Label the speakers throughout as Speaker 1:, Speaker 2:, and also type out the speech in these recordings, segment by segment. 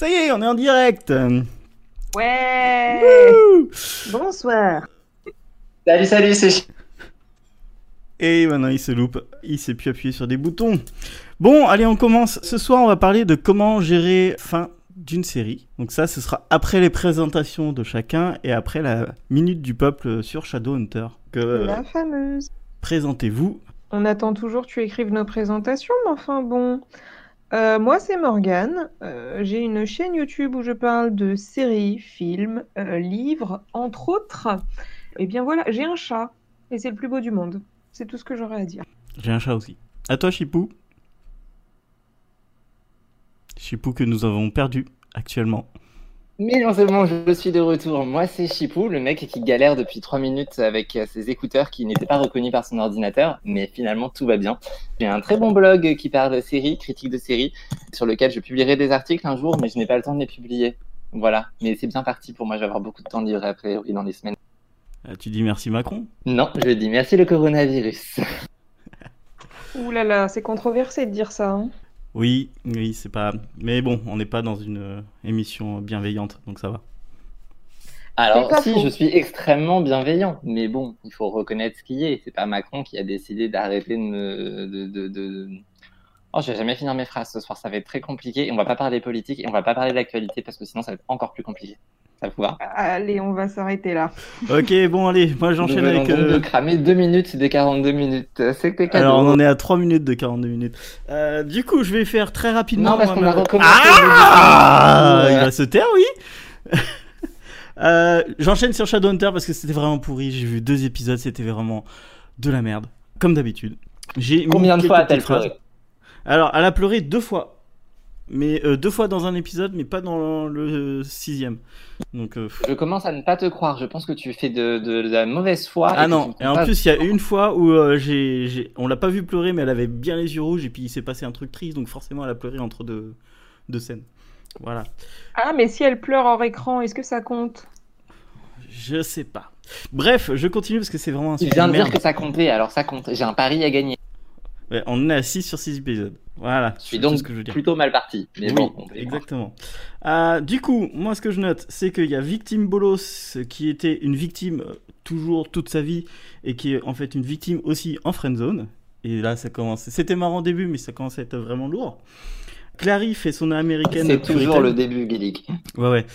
Speaker 1: Ça y est, on est en direct
Speaker 2: Ouais
Speaker 1: Wouh
Speaker 2: Bonsoir
Speaker 3: Salut, salut, c'est
Speaker 1: Et maintenant il se loupe, il s'est plus appuyé sur des boutons. Bon, allez, on commence. Ce soir, on va parler de comment gérer fin d'une série. Donc ça, ce sera après les présentations de chacun et après la minute du peuple sur Shadowhunter. Que euh,
Speaker 2: La fameuse
Speaker 1: présentez-vous.
Speaker 2: On attend toujours que tu écrives nos présentations, mais enfin bon. Euh, moi, c'est Morgane. Euh, J'ai une chaîne YouTube où je parle de séries, films, euh, livres, entre autres. Et bien voilà, j'ai un chat. Et c'est le plus beau du monde. C'est tout ce que j'aurais à dire.
Speaker 1: J'ai un chat aussi. À toi, Chipou. Chipou que nous avons perdu actuellement.
Speaker 3: Mais non, c'est bon, je suis de retour. Moi, c'est Chipou, le mec qui galère depuis 3 minutes avec euh, ses écouteurs qui n'étaient pas reconnus par son ordinateur, mais finalement, tout va bien. J'ai un très bon blog qui parle de séries, critiques de séries, sur lequel je publierai des articles un jour, mais je n'ai pas le temps de les publier. Voilà, mais c'est bien parti pour moi, je vais avoir beaucoup de temps de libre a priori dans les semaines.
Speaker 1: Euh, tu dis merci Macron
Speaker 3: Non, je dis merci le coronavirus.
Speaker 2: Ouh là là, c'est controversé de dire ça. hein.
Speaker 1: Oui, oui, c'est pas. Mais bon, on n'est pas dans une euh, émission bienveillante, donc ça va.
Speaker 3: Alors,
Speaker 2: C'est pas
Speaker 3: si,
Speaker 2: faux.
Speaker 3: je suis extrêmement bienveillant, mais bon, il faut reconnaître ce qui est. C'est pas Macron qui a décidé d'arrêter de me. De, de, de... Oh, je vais jamais finir mes phrases ce soir, ça va être très compliqué. Et on va pas parler politique et on va pas parler de l'actualité parce que sinon ça va être encore plus compliqué. Ça vous va
Speaker 2: Allez, on va s'arrêter là.
Speaker 1: Ok, bon, allez, moi j'enchaîne
Speaker 3: Nous venons
Speaker 1: avec.
Speaker 3: donc
Speaker 1: euh,
Speaker 3: de cramer 2 minutes des 42 minutes. Euh, C'était cadeau.
Speaker 1: Alors, on en est à 3 minutes de 42 minutes. Euh, du coup, je vais faire très rapidement.
Speaker 3: Non, parce
Speaker 1: moi,
Speaker 3: qu'on
Speaker 1: ma-
Speaker 3: a recommencé.
Speaker 1: Ah
Speaker 3: le
Speaker 1: Il
Speaker 3: début.
Speaker 1: va se taire, oui Euh, J'enchaîne sur Shadowhunter parce que c'était vraiment pourri. J'ai vu deux épisodes, c'était vraiment de la merde. Comme d'habitude. J'ai mis
Speaker 3: Combien de
Speaker 1: quelques
Speaker 3: fois a-t-elle
Speaker 1: petites phrases.
Speaker 3: pleuré
Speaker 1: Alors, elle a pleuré deux fois. Mais euh, deux fois dans un épisode, mais pas dans le, le sixième. Donc, euh,
Speaker 3: Je commence à ne pas te croire. Je pense que tu fais de, de- de la mauvaise foi.
Speaker 1: Ah
Speaker 3: que tu
Speaker 1: non,
Speaker 3: me
Speaker 1: et en
Speaker 3: comptes
Speaker 1: plus il y a une fois où euh, j'ai, j'ai- on l'a pas vu pleurer, mais elle avait bien les yeux rouges et puis il s'est passé un truc triste, donc forcément elle a pleuré entre deux, deux scènes. Voilà,
Speaker 2: Ah, mais si elle pleure hors écran, est-ce que ça compte
Speaker 1: je sais pas. Bref, je continue parce que c'est vraiment un
Speaker 3: Il
Speaker 1: sujet.
Speaker 3: vient
Speaker 1: de
Speaker 3: de dire
Speaker 1: merde.
Speaker 3: que ça comptait, alors ça compte. J'ai un pari à gagner.
Speaker 1: Ouais, on est à 6 sur 6 épisodes. Voilà,
Speaker 3: Je suis
Speaker 1: c'est tout
Speaker 3: donc
Speaker 1: ce que je veux dire.
Speaker 3: plutôt mal parti. Mais bon,
Speaker 1: oui,
Speaker 3: on peut y croire.
Speaker 1: exactement. Euh, du coup, moi, ce que je note, c'est qu'il y a Victime Bolos, euh, qui était une victime euh, toujours toute sa vie, et qui est en fait une victime aussi en friendzone. Et là, ça commence. C'était marrant au début, mais ça commence à être vraiment lourd. Clary fait son américaine.
Speaker 3: c'est toujours
Speaker 1: puritaine.
Speaker 3: le début, Billy.
Speaker 1: Ouais, ouais.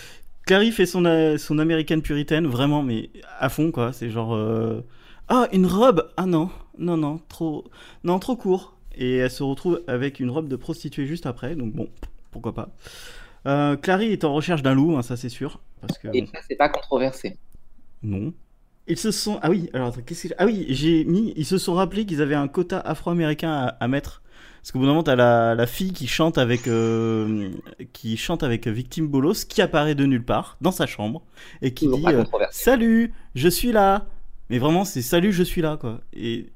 Speaker 1: Clary fait son, euh, son américaine puritaine, vraiment, mais à fond, quoi. C'est genre. euh, Ah, une robe Ah non, non, non, trop. Non, trop court. Et elle se retrouve avec une robe de prostituée juste après, donc bon, pourquoi pas. Euh, Clary est en recherche d'un loup, hein, ça c'est sûr. Parce que.
Speaker 3: Et ça, c'est pas controversé.
Speaker 1: Non. Ils se sont. Ah oui, alors attends, qu'est-ce que. j'ai- Ah oui, j'ai mis. Ils se sont rappelés qu'ils avaient un quota afro-américain à, à mettre. Parce qu'au bout d'un moment, t'as la, la fille qui chante avec. euh, qui chante avec Victime Bolos, qui apparaît de nulle part, dans sa chambre, et qui
Speaker 3: Toujours
Speaker 1: dit
Speaker 3: pas
Speaker 1: euh,
Speaker 3: controversé.
Speaker 1: Salut, je suis là Mais vraiment, c'est Salut, je suis là, quoi. Et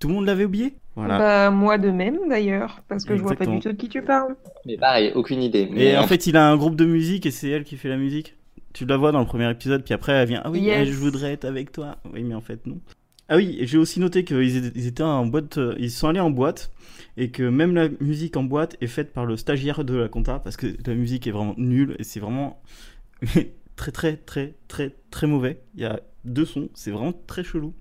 Speaker 1: tout le monde l'avait oublié Voilà.
Speaker 2: Bah, moi de même d'ailleurs, parce que je vois pas
Speaker 1: Exactement.
Speaker 2: du tout de qui tu parles.
Speaker 3: Mais pareil, aucune idée. Mais
Speaker 1: et en fait, il a un groupe de musique et c'est elle qui fait la musique. Tu la vois dans le premier épisode, puis après elle vient Ah oui,
Speaker 2: Yes.
Speaker 1: eh, je voudrais être avec toi. Oui, mais en fait, non. Ah oui, et j'ai aussi noté qu'ils étaient- ils étaient en boîte, euh, ils sont allés en boîte et que même la musique en boîte est faite par le stagiaire de la compta parce que la musique est vraiment nulle et c'est vraiment très, très, très, très, très mauvais. Il y a deux sons, c'est vraiment très chelou.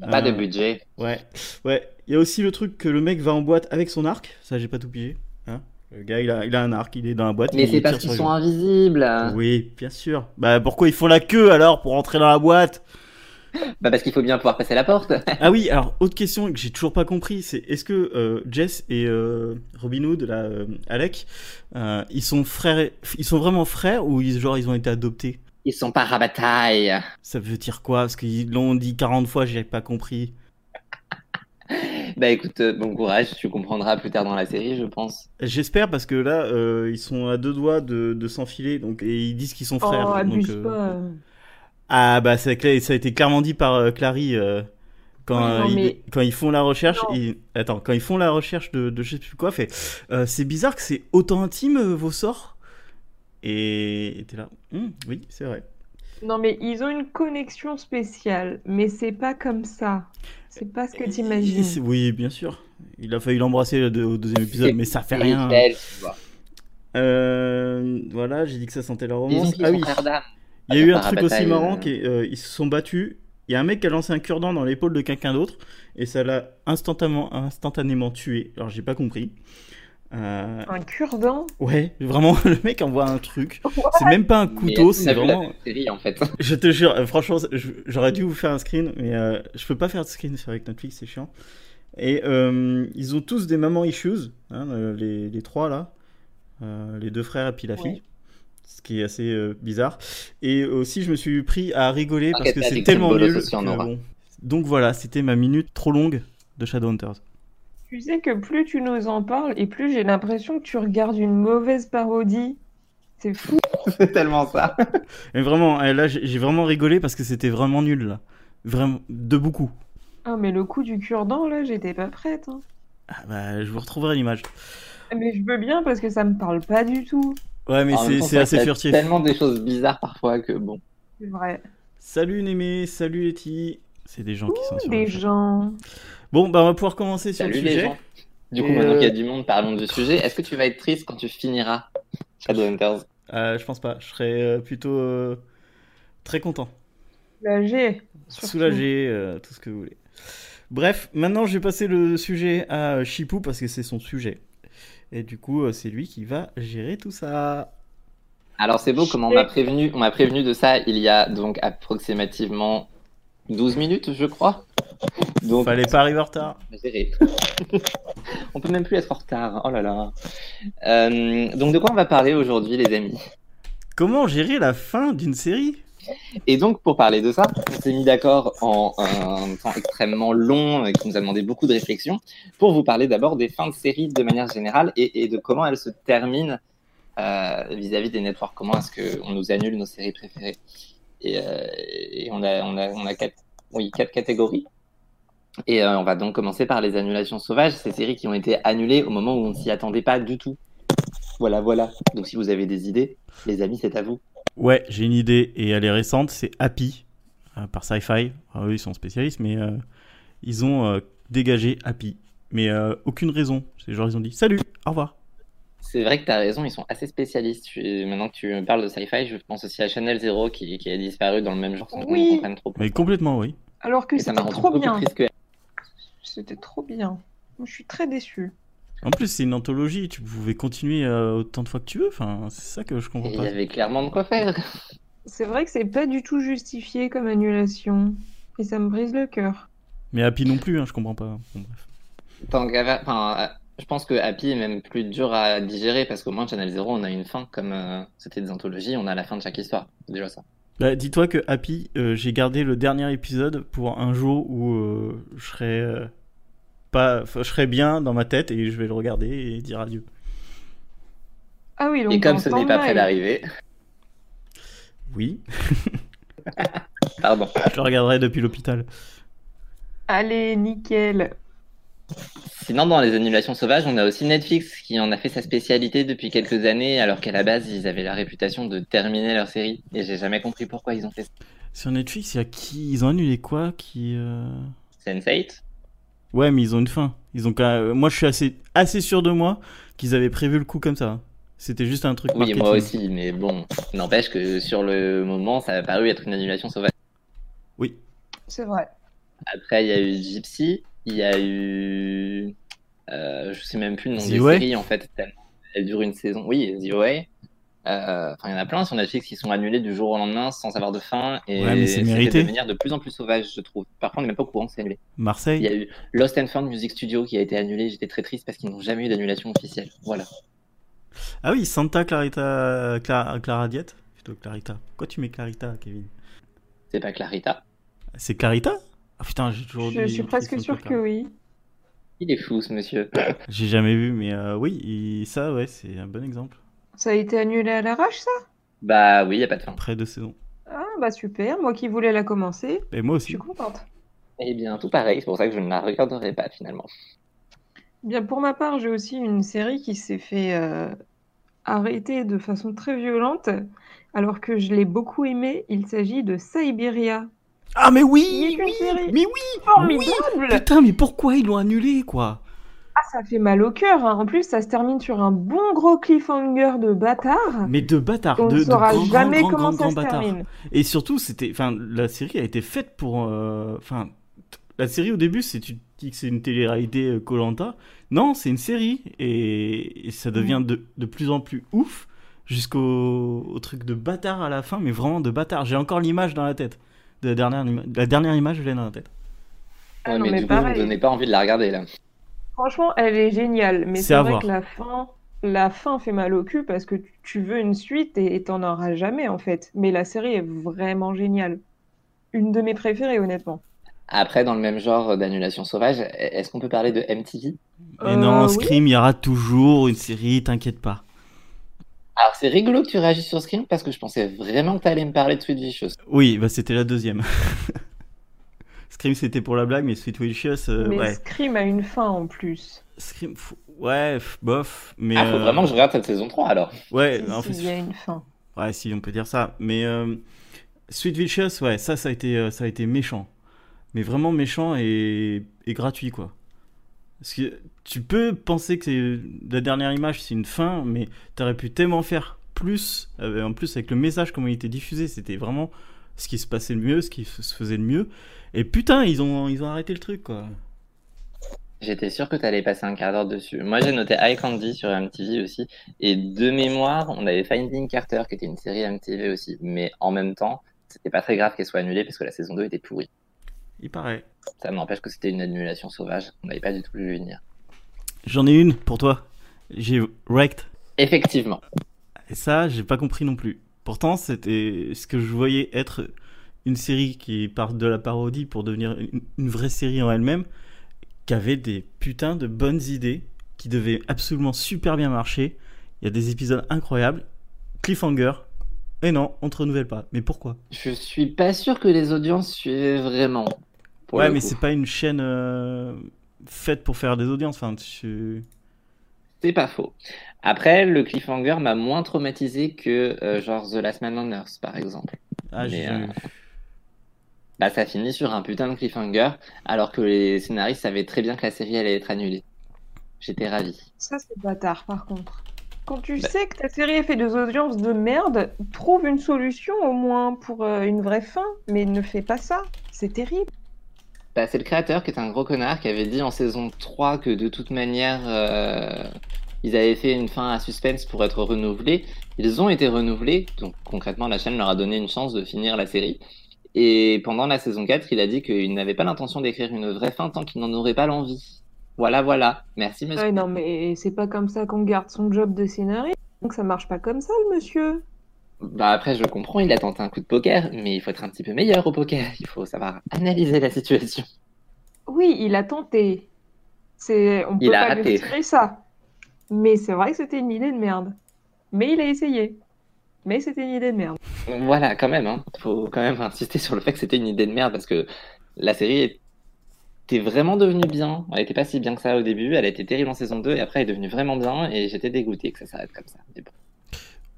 Speaker 3: pas de
Speaker 1: Euh,
Speaker 3: budget.
Speaker 1: Ouais, ouais. Il y a aussi le truc que le mec va en boîte avec son arc. Ça, j'ai pas tout pigé. Hein le gars, il a, il a un arc, il est dans la boîte.
Speaker 3: Mais
Speaker 1: il
Speaker 3: c'est
Speaker 1: tire
Speaker 3: parce
Speaker 1: sur
Speaker 3: qu'ils
Speaker 1: les
Speaker 3: sont hein.
Speaker 1: gens.
Speaker 3: invisibles.
Speaker 1: Oui, bien sûr. Bah pourquoi ils font la queue alors pour entrer dans la boîte
Speaker 3: Bah parce qu'il faut bien pouvoir passer la porte.
Speaker 1: Ah oui, alors autre question que j'ai toujours pas compris, c'est est-ce que euh, Jess et euh, Robin Hood, là, euh, Alec, euh, ils sont frères, et- ils sont vraiment frères ou ils, genre ils ont été adoptés
Speaker 3: Ils sont pas rabataille.
Speaker 1: Ça veut dire quoi Parce qu'ils l'ont dit 40 fois, j'ai pas compris.
Speaker 3: Bah écoute, euh, bon courage, tu comprendras plus tard dans la série, je pense.
Speaker 1: J'espère parce que là, euh, ils sont à deux doigts de, de s'enfiler, donc et ils disent qu'ils sont frères.
Speaker 2: oh, abuse
Speaker 1: donc, euh,
Speaker 2: pas.
Speaker 1: Ah bah c'est clair, ça a été clairement dit par euh, Clary euh, quand,
Speaker 2: Oui, non,
Speaker 1: euh, ils,
Speaker 2: mais-
Speaker 1: quand ils font la recherche.
Speaker 2: Non.
Speaker 1: ils- Attends, quand ils font la recherche de, de je sais plus quoi, fait. euh, c'est bizarre que c'est autant intime euh, vos sorts. Et et t'es là. Hum, oui, c'est vrai.
Speaker 2: Non, mais ils ont une connexion spéciale, mais c'est pas comme ça. C'est pas ce que
Speaker 1: Et
Speaker 2: t'imagines.
Speaker 1: c'est- Oui, bien sûr. Il a failli l'embrasser au deux- au deuxième épisode,
Speaker 3: C'est-
Speaker 1: mais ça fait
Speaker 3: Et
Speaker 1: rien.
Speaker 3: Michel, tu vois.
Speaker 1: Euh, voilà, j'ai dit que ça sentait la
Speaker 3: Les
Speaker 1: romance.
Speaker 3: zombies
Speaker 1: Ah
Speaker 3: sont
Speaker 1: oui,
Speaker 3: frères d'âme.
Speaker 1: il y a eu un
Speaker 3: par la
Speaker 1: truc aussi
Speaker 3: bataille,
Speaker 1: marrant
Speaker 3: euh.
Speaker 1: qu'ils ils se sont battus. Il y a un mec qui a lancé un cure-dent dans l'épaule de quelqu'un d'autre et ça l'a instantanément, instantanément tué. Alors j'ai pas compris. Euh,
Speaker 2: Un cure-dent
Speaker 1: ouais, vraiment, le mec envoie un truc. C'est même pas un
Speaker 3: Mais
Speaker 1: couteau,
Speaker 3: est-ce qu'on
Speaker 1: c'est
Speaker 3: a vu la
Speaker 1: vraiment.
Speaker 3: même série en fait.
Speaker 1: Je te jure, euh, franchement, je- j'aurais dû vous faire un screen, mais euh, je peux pas faire de screen avec Netflix, c'est chiant. Et euh, ils ont tous des mamans issues, hein, euh, les, les trois là, Euh, les deux frères et puis la
Speaker 2: Ouais.
Speaker 1: fille, ce qui est assez euh, bizarre. Et aussi, je me suis pris à rigoler parce
Speaker 3: Arrête
Speaker 1: que
Speaker 3: la
Speaker 1: c'est
Speaker 3: Victim
Speaker 1: tellement
Speaker 3: Bolos
Speaker 1: nul.
Speaker 3: aussi, on
Speaker 1: que
Speaker 3: aura.
Speaker 1: bon. Donc voilà, c'était ma minute trop longue de Shadowhunters.
Speaker 2: Tu sais que plus tu nous en parles et plus j'ai l'impression que tu regardes une mauvaise parodie. C'est fou.
Speaker 3: C'est tellement ça.
Speaker 1: Mais vraiment, euh, là, j'ai j'ai vraiment rigolé parce que c'était vraiment nul là, vraiment de beaucoup.
Speaker 2: Ah, mais le coup du cure-dent, là, j'étais pas prête. hein.
Speaker 1: Ah, bah, je vous retrouverai l'image.
Speaker 2: Mais je veux bien parce que ça me parle pas du tout.
Speaker 1: Ouais, mais
Speaker 3: En même
Speaker 1: c'est
Speaker 3: temps,
Speaker 1: c'est
Speaker 3: ça
Speaker 1: assez
Speaker 3: fait
Speaker 1: furtif.
Speaker 3: Tellement des choses bizarres parfois que bon.
Speaker 2: C'est vrai.
Speaker 1: Salut Némé, salut Letty. C'est des gens qui sont sur
Speaker 2: Des
Speaker 1: le chat.
Speaker 2: gens.
Speaker 1: Bon, bah, on va pouvoir commencer sur
Speaker 3: Salut
Speaker 1: le
Speaker 3: les
Speaker 1: sujet.
Speaker 3: gens. Du coup,
Speaker 1: Et,
Speaker 3: maintenant
Speaker 1: euh,
Speaker 3: qu'il y a du monde, parlons du sujet. Est-ce que tu vas être triste quand tu finiras Shadowhunters
Speaker 1: Euh, je pense pas. Je serais euh, plutôt euh, très content.
Speaker 2: Soulagé. surtout.
Speaker 1: Soulagé, euh, tout ce que vous voulez. Bref, maintenant je vais passer le sujet à euh, Chipou parce que c'est son sujet. Et du coup, euh, c'est lui qui va gérer tout ça.
Speaker 3: Alors c'est beau comment on m'a prévenu, on m'a prévenu de ça il y a donc approximativement 12 minutes, je crois. Donc
Speaker 1: Fallait pas arriver en retard.
Speaker 3: Géré. on peut même plus être en retard. Oh là là. Euh, donc de quoi on va parler aujourd'hui, les amis
Speaker 1: Comment gérer la fin d'une série
Speaker 3: Et donc pour parler de ça, on s'est mis d'accord en un temps extrêmement long euh, qui nous a demandé beaucoup de réflexion pour vous parler d'abord des fins de série de manière générale et, et de comment elles se terminent euh, vis-à-vis des networks. Comment est-ce qu'on nous annule nos séries préférées Et, euh, et on a, on a, on a quatre, oui, quatre catégories. Et euh, on va donc commencer par les annulations sauvages, ces séries qui ont été annulées au moment où on ne s'y attendait pas du tout. Voilà, voilà. Donc si vous avez des idées, les amis, c'est à vous.
Speaker 1: Ouais, j'ai une idée et elle est récente, c'est Happy euh, par Sci-Fi. Enfin, eux, ils sont spécialistes, mais euh, ils ont euh, dégagé Happy. Mais euh, aucune raison. C'est genre, ils ont dit salut, au revoir.
Speaker 3: C'est vrai que tu as raison, ils sont assez spécialistes. Je- Maintenant que tu me parles de sci-fi, je pense aussi à Channel Zero qui, qui a disparu dans le même genre sans qu'on
Speaker 2: Oui.
Speaker 3: comprenne trop.
Speaker 1: Mais complètement, oui.
Speaker 2: Alors que
Speaker 3: Et ça m'a
Speaker 2: c'était
Speaker 3: rendu
Speaker 2: trop
Speaker 3: beaucoup
Speaker 2: bien.
Speaker 3: plus triste que
Speaker 2: C'était trop bien. Moi, Je suis très déçue.
Speaker 1: En plus, c'est une anthologie, tu pouvais continuer euh, autant de fois que tu veux. Enfin, c'est ça que je
Speaker 3: Et
Speaker 1: comprends
Speaker 3: il y
Speaker 1: pas.
Speaker 3: avait clairement de quoi faire.
Speaker 2: C'est vrai que c'est pas du tout justifié comme annulation. Et ça me brise le cœur.
Speaker 1: Mais Happy non plus, hein, je comprends pas. Bon, bref.
Speaker 3: Tant qu'à faire- enfin, euh, je pense que Happy est même plus dur à digérer parce qu'au moins Channel Zero, on a une fin comme euh, c'était des anthologies, on a la fin de chaque histoire. C'est déjà ça.
Speaker 1: Bah, Dis-toi que Happy, euh, j'ai gardé le dernier épisode pour un jour où euh, je serai euh, pas, enfin, je serai bien dans ma tête et je vais le regarder et dire adieu.
Speaker 2: Ah oui, donc
Speaker 3: Et comme
Speaker 2: en
Speaker 3: ce n'est pas
Speaker 2: stand-by.
Speaker 3: près d'arriver,
Speaker 1: Oui,
Speaker 3: pardon.
Speaker 1: je le regarderai depuis l'hôpital.
Speaker 2: Allez, nickel.
Speaker 3: Sinon, dans les annulations sauvages, on a aussi Netflix qui en a fait sa spécialité depuis quelques années, alors qu'à la base, ils avaient la réputation de terminer leur série. Et j'ai jamais compris pourquoi ils ont fait ça.
Speaker 1: Sur Netflix, il y a qui Ils ont annulé quoi qui euh,
Speaker 3: Sense8
Speaker 1: Ouais, mais ils ont une fin. Ils ont quand même- Moi, je suis assez, assez sûr de moi qu'ils avaient prévu le coup comme ça. hein. C'était juste un truc
Speaker 3: Oui, moi
Speaker 1: marketing.
Speaker 3: aussi, mais bon, n'empêche que sur le moment, ça a paru être une annulation sauvage.
Speaker 1: Oui.
Speaker 2: C'est vrai.
Speaker 3: Après, il y a eu Gypsy, il y a eu. Euh, je sais même plus le nom
Speaker 1: The
Speaker 3: des
Speaker 1: Way
Speaker 3: séries, en fait. tellement Elle dure une saison. Oui, The Way. Euh, Enfin, il y en a plein sur Netflix qui sont annulés du jour au lendemain sans avoir de fin. Et
Speaker 1: Ouais, mais c'est
Speaker 3: fait
Speaker 1: mérité.
Speaker 3: de manière de plus en plus sauvage, je trouve. Parfois, on n'est même pas au courant que c'est annulé.
Speaker 1: Marseille.
Speaker 3: Il y a eu Lost and Found Music Studio qui a été annulé. J'étais très triste parce qu'ils n'ont jamais eu d'annulation officielle. Voilà.
Speaker 1: Ah oui, Santa Clarita, Clara, Clara Diet Plutôt Clarita. Pourquoi tu mets Clarita, Kevin
Speaker 3: C'est pas Clarita.
Speaker 1: C'est Clarita Ah putain, j'ai toujours
Speaker 2: Je
Speaker 1: dit-
Speaker 2: suis presque sûre que oui.
Speaker 3: Il est fou, ce monsieur.
Speaker 1: J'ai jamais vu, mais euh, oui, il- ça, ouais, c'est un bon exemple.
Speaker 2: Ça a été annulé à l'arrache, ça
Speaker 3: Bah oui, il n'y a pas de fin.
Speaker 1: Près de saison.
Speaker 2: Ah bah super, moi qui voulais la commencer,
Speaker 1: Et moi
Speaker 2: je suis
Speaker 1: aussi.
Speaker 2: contente.
Speaker 3: Eh bien, tout pareil, c'est pour ça que je ne la regarderai pas finalement.
Speaker 2: Bien, pour ma part, j'ai aussi une série qui s'est fait euh, arrêter de façon très violente, alors que je l'ai beaucoup aimée. Il s'agit de Siberia.
Speaker 1: Ah mais oui
Speaker 2: Il y a eu une série.
Speaker 1: Mais oui
Speaker 2: Formidable
Speaker 1: Putain, mais pourquoi ils l'ont annulé, quoi
Speaker 2: Ah, ça fait mal au cœur. hein. En plus, ça se termine sur un bon gros cliffhanger de bâtard.
Speaker 1: Mais de bâtard,
Speaker 2: On
Speaker 1: de,
Speaker 2: ne
Speaker 1: de
Speaker 2: saura
Speaker 1: grand,
Speaker 2: jamais
Speaker 1: grand,
Speaker 2: comment
Speaker 1: grand, grand,
Speaker 2: ça se
Speaker 1: bâtard.
Speaker 2: termine.
Speaker 1: Et surtout, c'était, enfin, la série a été faite pour, euh, enfin, t- la série au début, c'est tu te dis que c'est une télé-réalité euh, Colanta. Non, c'est une série et, et ça devient de, de plus en plus ouf jusqu'au au truc de bâtard à la fin, mais vraiment de bâtard. J'ai encore l'image dans la tête. De la dernière, ima- la dernière image, je l'ai dans la tête.
Speaker 2: Ah
Speaker 3: Ouais,
Speaker 2: non,
Speaker 3: mais,
Speaker 2: mais
Speaker 3: du coup, vous ne
Speaker 2: pareil.
Speaker 3: donnez pas envie de la regarder là.
Speaker 2: Franchement, elle est géniale, mais
Speaker 1: C'est
Speaker 2: c'est
Speaker 1: à
Speaker 2: vrai
Speaker 1: voir.
Speaker 2: que la fin, la fin fait mal au cul parce que tu- tu veux une suite et et t'en auras jamais en fait. Mais la série est vraiment géniale. Une de mes préférées, honnêtement.
Speaker 3: Après, dans le même genre d'annulation sauvage, e-, est-ce qu'on peut parler de MTV
Speaker 1: Mais
Speaker 2: Euh,
Speaker 1: non,
Speaker 2: oui.
Speaker 1: Scream, il y aura toujours une série, t'inquiète pas.
Speaker 3: Alors, c'est rigolo que tu réagisses sur Scream parce que je pensais vraiment que tu allais me parler de Sweet Vicious.
Speaker 1: Oui, bah c'était la deuxième. Scream c'était pour la blague, mais Sweet Witches, euh,
Speaker 2: mais
Speaker 1: ouais.
Speaker 2: Scream a une fin en plus.
Speaker 1: Scream, f- ouais, f- bof, mais.
Speaker 3: Ah, faut
Speaker 1: euh,
Speaker 3: vraiment que je regarde cette saison 3 alors.
Speaker 1: Ouais,
Speaker 2: Si,
Speaker 1: en
Speaker 2: si,
Speaker 1: fait,
Speaker 2: il y a une fin.
Speaker 1: ouais, si on peut dire ça. Mais euh, Sweet Vicious, ouais, ça, ça a été, euh, ça a été méchant, mais vraiment méchant et, et gratuit quoi. Parce que tu peux penser que c'est- la dernière image c'est une fin, mais t'aurais pu tellement faire plus. euh, en plus avec le message comment il était diffusé, c'était vraiment ce qui se passait le mieux, ce qui f- se faisait le mieux. Et putain, ils ont, ils ont arrêté le truc quoi.
Speaker 3: J'étais sûr que tu allais passer un quart d'heure dessus. Moi, j'ai noté High Candy sur MTV aussi. Et de mémoire, on avait Finding Carter qui était une série MTV aussi. Mais en même temps, c'était pas très grave qu'elle soit annulée parce que la saison 2 était pourrie.
Speaker 1: Il paraît.
Speaker 3: Ça n'empêche que c'était une annulation sauvage. On n'avait pas du tout vu venir.
Speaker 1: J'en ai une pour toi. J'ai wrecked.
Speaker 3: Effectivement.
Speaker 1: Et ça, j'ai pas compris non plus. Pourtant, c'était ce que je voyais être une série qui part de la parodie pour devenir une, une vraie série en elle-même, qui avait des putains de bonnes idées, qui devaient absolument super bien marcher. Il y a des épisodes incroyables. Cliffhanger. Et non, on te renouvelle pas. Mais pourquoi
Speaker 3: Je suis pas sûr que les audiences suivaient vraiment. pour
Speaker 1: Ouais,
Speaker 3: le
Speaker 1: mais
Speaker 3: coup.
Speaker 1: c'est pas une chaîne euh, faite pour faire des audiences. Enfin, tu...
Speaker 3: C'est pas faux. Après, le cliffhanger m'a moins traumatisé que euh, genre The Last Man on Earth, par exemple.
Speaker 1: Ah, j'ai
Speaker 3: Mais,
Speaker 1: jamais
Speaker 3: euh,
Speaker 1: vu.
Speaker 3: Bah, ça finit sur un putain de cliffhanger, alors que les scénaristes savaient très bien que la série allait être annulée. J'étais ravi.
Speaker 2: Ça, c'est bâtard, par contre. Quand tu
Speaker 3: Bah.
Speaker 2: sais que ta série a fait des audiences de merde, trouve une solution au moins pour euh, une vraie fin, mais ne fais pas ça. C'est terrible.
Speaker 3: Bah, c'est le créateur qui est un gros connard qui avait dit en saison 3 que de toute manière, euh, ils avaient fait une fin à suspense pour être renouvelés. Ils ont été renouvelés, donc concrètement, la chaîne leur a donné une chance de finir la série. Et pendant la saison 4, il a dit qu'il n'avait pas l'intention d'écrire une vraie fin tant qu'il n'en aurait pas l'envie. Voilà, voilà. Merci, monsieur.
Speaker 2: Ouais, non, mais c'est pas comme ça qu'on garde son job de scénariste. Donc ça marche pas comme ça, le monsieur.
Speaker 3: Bah après, je comprends, il a tenté un coup de poker, mais il faut être un petit peu meilleur au poker. Il faut savoir analyser la situation.
Speaker 2: Oui, il a tenté. C'est, on peut
Speaker 3: Il a
Speaker 2: pas lui
Speaker 3: raté.
Speaker 2: retirer ça. Mais c'est vrai que c'était une idée de merde. Mais il a essayé. Mais c'était une idée de merde.
Speaker 3: Voilà, quand même, hein. Faut quand même insister sur le fait que c'était une idée de merde parce que la série était vraiment devenue bien. Elle était pas si bien que ça au début, elle était terrible en saison 2 et après elle est devenue vraiment bien et j'étais dégoûté que ça s'arrête comme ça. Mais bon,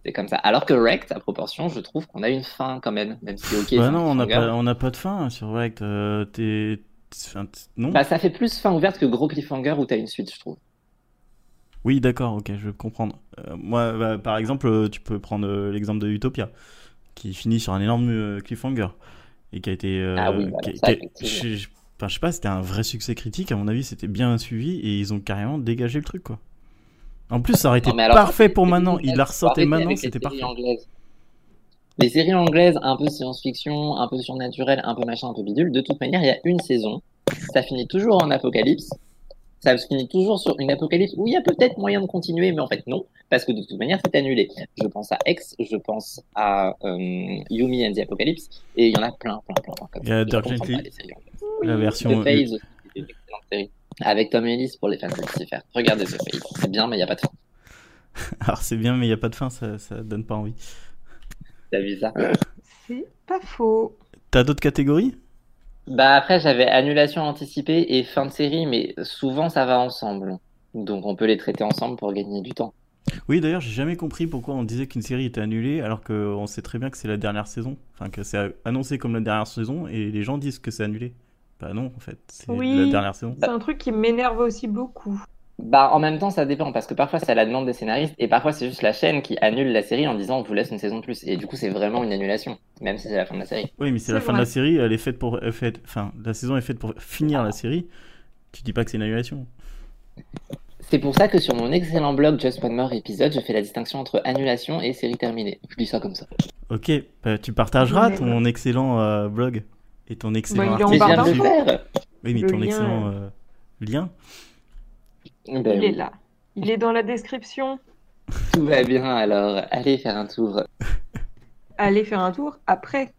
Speaker 3: c'est comme ça. Alors que Wrecked, à proportion, je trouve qu'on a une fin quand même, même si ok. c'est
Speaker 1: Bah
Speaker 3: un
Speaker 1: non, on n'a
Speaker 3: cliffhanger.
Speaker 1: pas, on n'a pas de fin hein, sur Wrecked. Euh, t'es- t'es- enfin, t- non
Speaker 3: Bah, ça fait plus fin ouverte que gros cliffhanger où t'as une suite, je trouve.
Speaker 1: Oui, d'accord, ok, je comprends. Euh, moi, bah, par exemple, euh, tu peux prendre euh, l'exemple de Utopia, qui finit sur un énorme euh, cliffhanger. Et qui a été. euh,
Speaker 3: Ah oui, voilà,
Speaker 1: qui-
Speaker 3: ça,
Speaker 1: qui-
Speaker 3: effectivement.
Speaker 1: je, je- enfin, je sais pas, c'était un vrai succès critique, à mon avis, c'était bien suivi, et ils ont carrément dégagé le truc, quoi. En plus, ça aurait été
Speaker 3: Non, mais alors,
Speaker 1: parfait pour
Speaker 3: c'est-
Speaker 1: maintenant.
Speaker 3: c'est-
Speaker 1: Il la ressortait
Speaker 3: Arrêtez
Speaker 1: maintenant,
Speaker 3: avec les
Speaker 1: c'était
Speaker 3: séries
Speaker 1: parfait.
Speaker 3: anglaises. Les séries anglaises, un peu science-fiction, un peu surnaturel, un peu machin, un peu bidule, de toute manière, il y a une saison. Ça finit toujours en apocalypse. Ça se finit toujours sur une apocalypse où il y a peut-être moyen de continuer, mais en fait non, parce que de toute manière, c'est annulé. Je pense à X, je pense à euh, Yumi and the Apocalypse, et il y en a plein, plein, plein, plein. comme
Speaker 1: Il y a
Speaker 3: ça.
Speaker 1: Dark
Speaker 3: Je comprends
Speaker 1: Gently.
Speaker 3: pas les séries anglaises.
Speaker 1: La version. euh,
Speaker 3: The Phase aussi, c'est une excellente série. Avec Tom Ellis pour les fans de Lucifer. Regardez The Phase, c'est bien, mais il n'y a pas de fin.
Speaker 1: Alors, c'est bien, mais il n'y a pas de fin, ça, ça donne pas envie.
Speaker 3: T'as vu ça
Speaker 2: C'est pas faux.
Speaker 1: T'as d'autres catégories
Speaker 3: Bah après, j'avais annulation anticipée et fin de série, mais souvent ça va ensemble. Donc on peut les traiter ensemble pour gagner du temps.
Speaker 1: Oui, d'ailleurs, j'ai jamais compris pourquoi on disait qu'une série était annulée alors qu'on sait très bien que c'est la dernière saison. Enfin, que c'est annoncé comme la dernière saison et les gens disent que c'est annulé. Bah non, en fait, c'est
Speaker 2: Oui.
Speaker 1: la dernière saison.
Speaker 2: C'est un truc qui m'énerve aussi beaucoup.
Speaker 3: Bah, en même temps, ça dépend, parce que parfois c'est à la demande des scénaristes, et parfois c'est juste la chaîne qui annule la série en disant on vous laisse une saison de plus. Et du coup, c'est vraiment une annulation, même si c'est la fin de la série.
Speaker 1: Oui, mais c'est
Speaker 2: C'est
Speaker 1: la fin de
Speaker 2: vrai.
Speaker 1: la série, elle est faite pour. elle est faite- Enfin, la saison est faite pour finir la série. Tu dis pas que c'est une annulation.
Speaker 3: C'est pour ça que sur mon excellent blog Just One More Episode, je fais la distinction entre annulation et série terminée. Je dis ça comme ça.
Speaker 1: Ok, bah, tu partageras
Speaker 2: Mais- Bah,
Speaker 1: ton excellent euh, blog et ton excellent
Speaker 2: il est en
Speaker 3: Mais je
Speaker 1: article
Speaker 3: viens
Speaker 2: barre
Speaker 3: de le
Speaker 1: dessus.
Speaker 2: d'infos.
Speaker 3: faire
Speaker 1: Oui, mais
Speaker 2: Le
Speaker 1: ton
Speaker 2: lien,
Speaker 1: excellent euh, lien.
Speaker 3: Ben
Speaker 2: Il est
Speaker 3: oui.
Speaker 2: là. Il est dans la description.
Speaker 3: Tout va bien alors, allez faire un tour.
Speaker 2: Allez faire un tour après.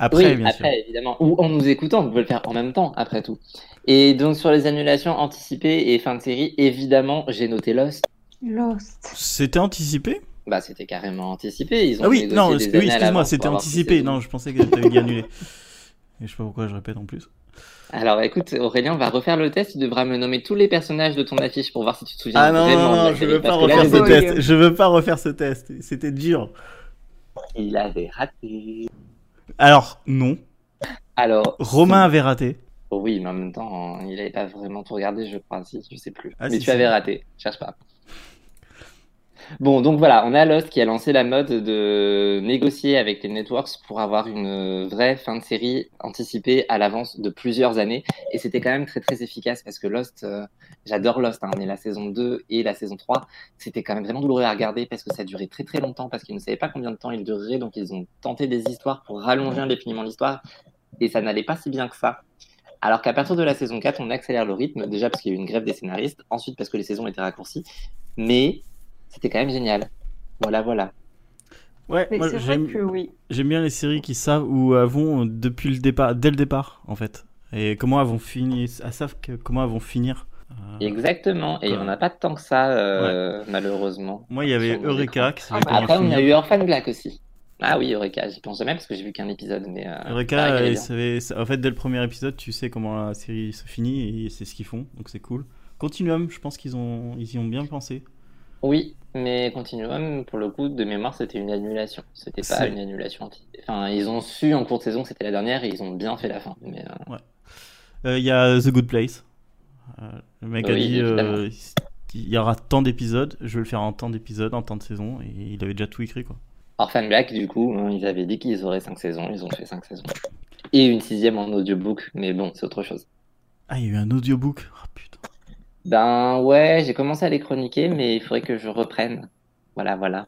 Speaker 1: Après,
Speaker 3: oui,
Speaker 1: bien
Speaker 3: après, évidemment. Ou en nous écoutant, vous pouvez le faire en même temps, après tout. Et donc, sur les annulations anticipées et fin de série, évidemment, j'ai noté Lost.
Speaker 1: sûr.
Speaker 2: Lost.
Speaker 1: C'était anticipé
Speaker 3: Bah, c'était carrément anticipé. Ils ont
Speaker 1: Ah oui,
Speaker 3: négocié
Speaker 1: non,
Speaker 3: des
Speaker 1: c'est-
Speaker 3: années
Speaker 1: oui,
Speaker 3: à
Speaker 1: excuse-moi,
Speaker 3: l'avance
Speaker 1: c'était
Speaker 3: pour avoir
Speaker 1: anticipé.
Speaker 3: cette saison.
Speaker 1: Non, je pensais que t'avais dit annulé. Et je sais pas pourquoi je répète en plus.
Speaker 3: Alors, écoute, Aurélien, on va refaire le test. Tu devras me nommer tous les personnages de ton affiche pour voir si tu te souviens
Speaker 1: Ah non,
Speaker 3: vraiment
Speaker 1: non,
Speaker 3: de la
Speaker 1: non, je
Speaker 3: série,
Speaker 1: veux pas
Speaker 3: parce que là,
Speaker 1: refaire
Speaker 3: j'ai
Speaker 1: ce
Speaker 2: j'ai des-
Speaker 1: test. Je veux pas refaire ce test. C'était dur.
Speaker 3: des- Il avait raté.
Speaker 1: Alors, non.
Speaker 3: Alors,
Speaker 1: Romain avait raté.
Speaker 3: oh oui, mais en même temps, il n'avait pas vraiment tout regardé, je crois. Si, je sais plus.
Speaker 1: Ah,
Speaker 3: mais
Speaker 1: si,
Speaker 3: tu
Speaker 1: si.
Speaker 3: avais raté. Cherche pas. Bon, donc voilà, on a Lost qui a lancé la mode de négocier avec les networks pour avoir une vraie fin de série anticipée à l'avance de plusieurs années. Et c'était quand même très très efficace parce que Lost, euh, j'adore Lost, hein, mais la saison 2 et la saison 3, c'était quand même vraiment douloureux à regarder parce que ça durait très très longtemps, parce qu'ils ne savaient pas combien de temps il durerait, donc ils ont tenté des histoires pour rallonger indéfiniment l'histoire, et ça n'allait pas si bien que ça. Alors qu'à partir de la saison 4, on accélère le rythme, déjà parce qu'il y a eu une grève des scénaristes, ensuite parce que les saisons étaient raccourcies, mais c'était quand même génial. Voilà, voilà.
Speaker 1: Ouais,
Speaker 2: Mais
Speaker 1: moi
Speaker 2: c'est vrai
Speaker 1: j'aime
Speaker 2: que oui.
Speaker 1: j'aime bien les séries qui savent où elles vont depuis le départ, dès le départ en fait. Et comment elles vont finir, elles savent que- comment elles vont finir. Euh,
Speaker 3: Exactement, et
Speaker 1: Quoi.
Speaker 3: on n'a pas tant que ça, euh, malheureusement.
Speaker 1: Moi, il y avait
Speaker 3: Sur nos
Speaker 1: Eureka qui savait
Speaker 2: Ah, bah,
Speaker 1: comment
Speaker 3: Après, on a
Speaker 1: finir.
Speaker 3: eu Orphan Black aussi. Ah oui, Eureka, j'y pense jamais parce que j'ai vu qu'un épisode, mais. euh, pareil,
Speaker 1: Eureka,
Speaker 3: elle est
Speaker 1: elle
Speaker 3: bien.
Speaker 1: savait- en fait, dès le premier épisode, tu sais comment la série se finit et c'est ce qu'ils font, donc c'est cool. Continuum, je pense qu'ils ont, ils y ont bien pensé.
Speaker 3: Oui, mais Continuum, pour le coup, de mémoire, c'était une annulation. C'était pas
Speaker 1: C'est-
Speaker 3: une annulation. anti- Enfin, ils ont su en cours de saison que c'était la dernière et ils ont bien fait la fin. Mais euh,
Speaker 1: Euh, Il y a The Good Place. Euh, le mec a
Speaker 3: Oui,
Speaker 1: dit euh,
Speaker 3: évidemment.
Speaker 1: il y aura tant d'épisodes, je vais le faire en tant d'épisodes, en tant de saisons, et il avait déjà tout écrit quoi.
Speaker 3: Orphan Black, du coup, hein, ils avaient dit qu'ils auraient cinq saisons, ils ont fait cinq saisons. Et une sixième en audiobook, mais bon, c'est autre chose.
Speaker 1: Ah, il y a eu un audiobook. Oh, putain.
Speaker 3: Ben ouais, j'ai commencé à les chroniquer, mais il faudrait que je reprenne. Voilà, voilà.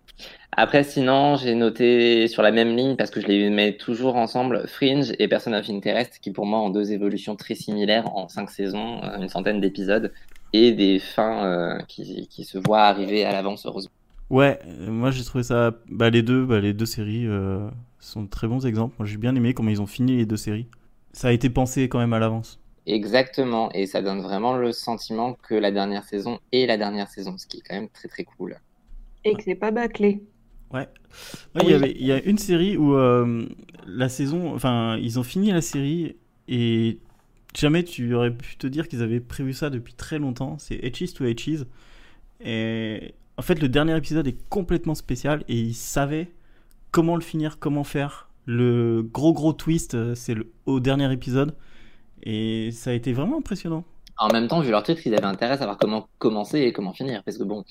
Speaker 3: Après, sinon, j'ai noté sur la même ligne, parce que je les mets toujours ensemble, Fringe et Person of Interest, qui pour moi ont deux évolutions très similaires en cinq saisons, euh, une centaine d'épisodes, et des fins euh, qui, qui se voient arriver à l'avance, heureusement.
Speaker 1: Ouais, euh, moi j'ai trouvé ça. Bah, les deux, bah, les deux séries euh, sont de très bons exemples. Moi j'ai bien aimé comment ils ont fini les deux séries. Ça a été pensé quand même à l'avance.
Speaker 3: Exactement, et ça donne vraiment le sentiment que la dernière saison est la dernière saison, ce qui est quand même très très cool.
Speaker 2: Et que c'est pas bâclé.
Speaker 1: Ouais, il y
Speaker 3: Oui.
Speaker 1: avait- il y a une série où euh, la saison, enfin, ils ont fini la série et jamais tu aurais pu te dire qu'ils avaient prévu ça depuis très longtemps. C'est Etchies to Etchies. Et en fait, le dernier épisode est complètement spécial et ils savaient comment le finir, comment faire. Le gros gros twist, euh, c'est le- au dernier épisode et ça a été vraiment impressionnant.
Speaker 3: En même temps, vu leur titre, ils avaient intérêt à savoir comment commencer et comment finir, parce que bon,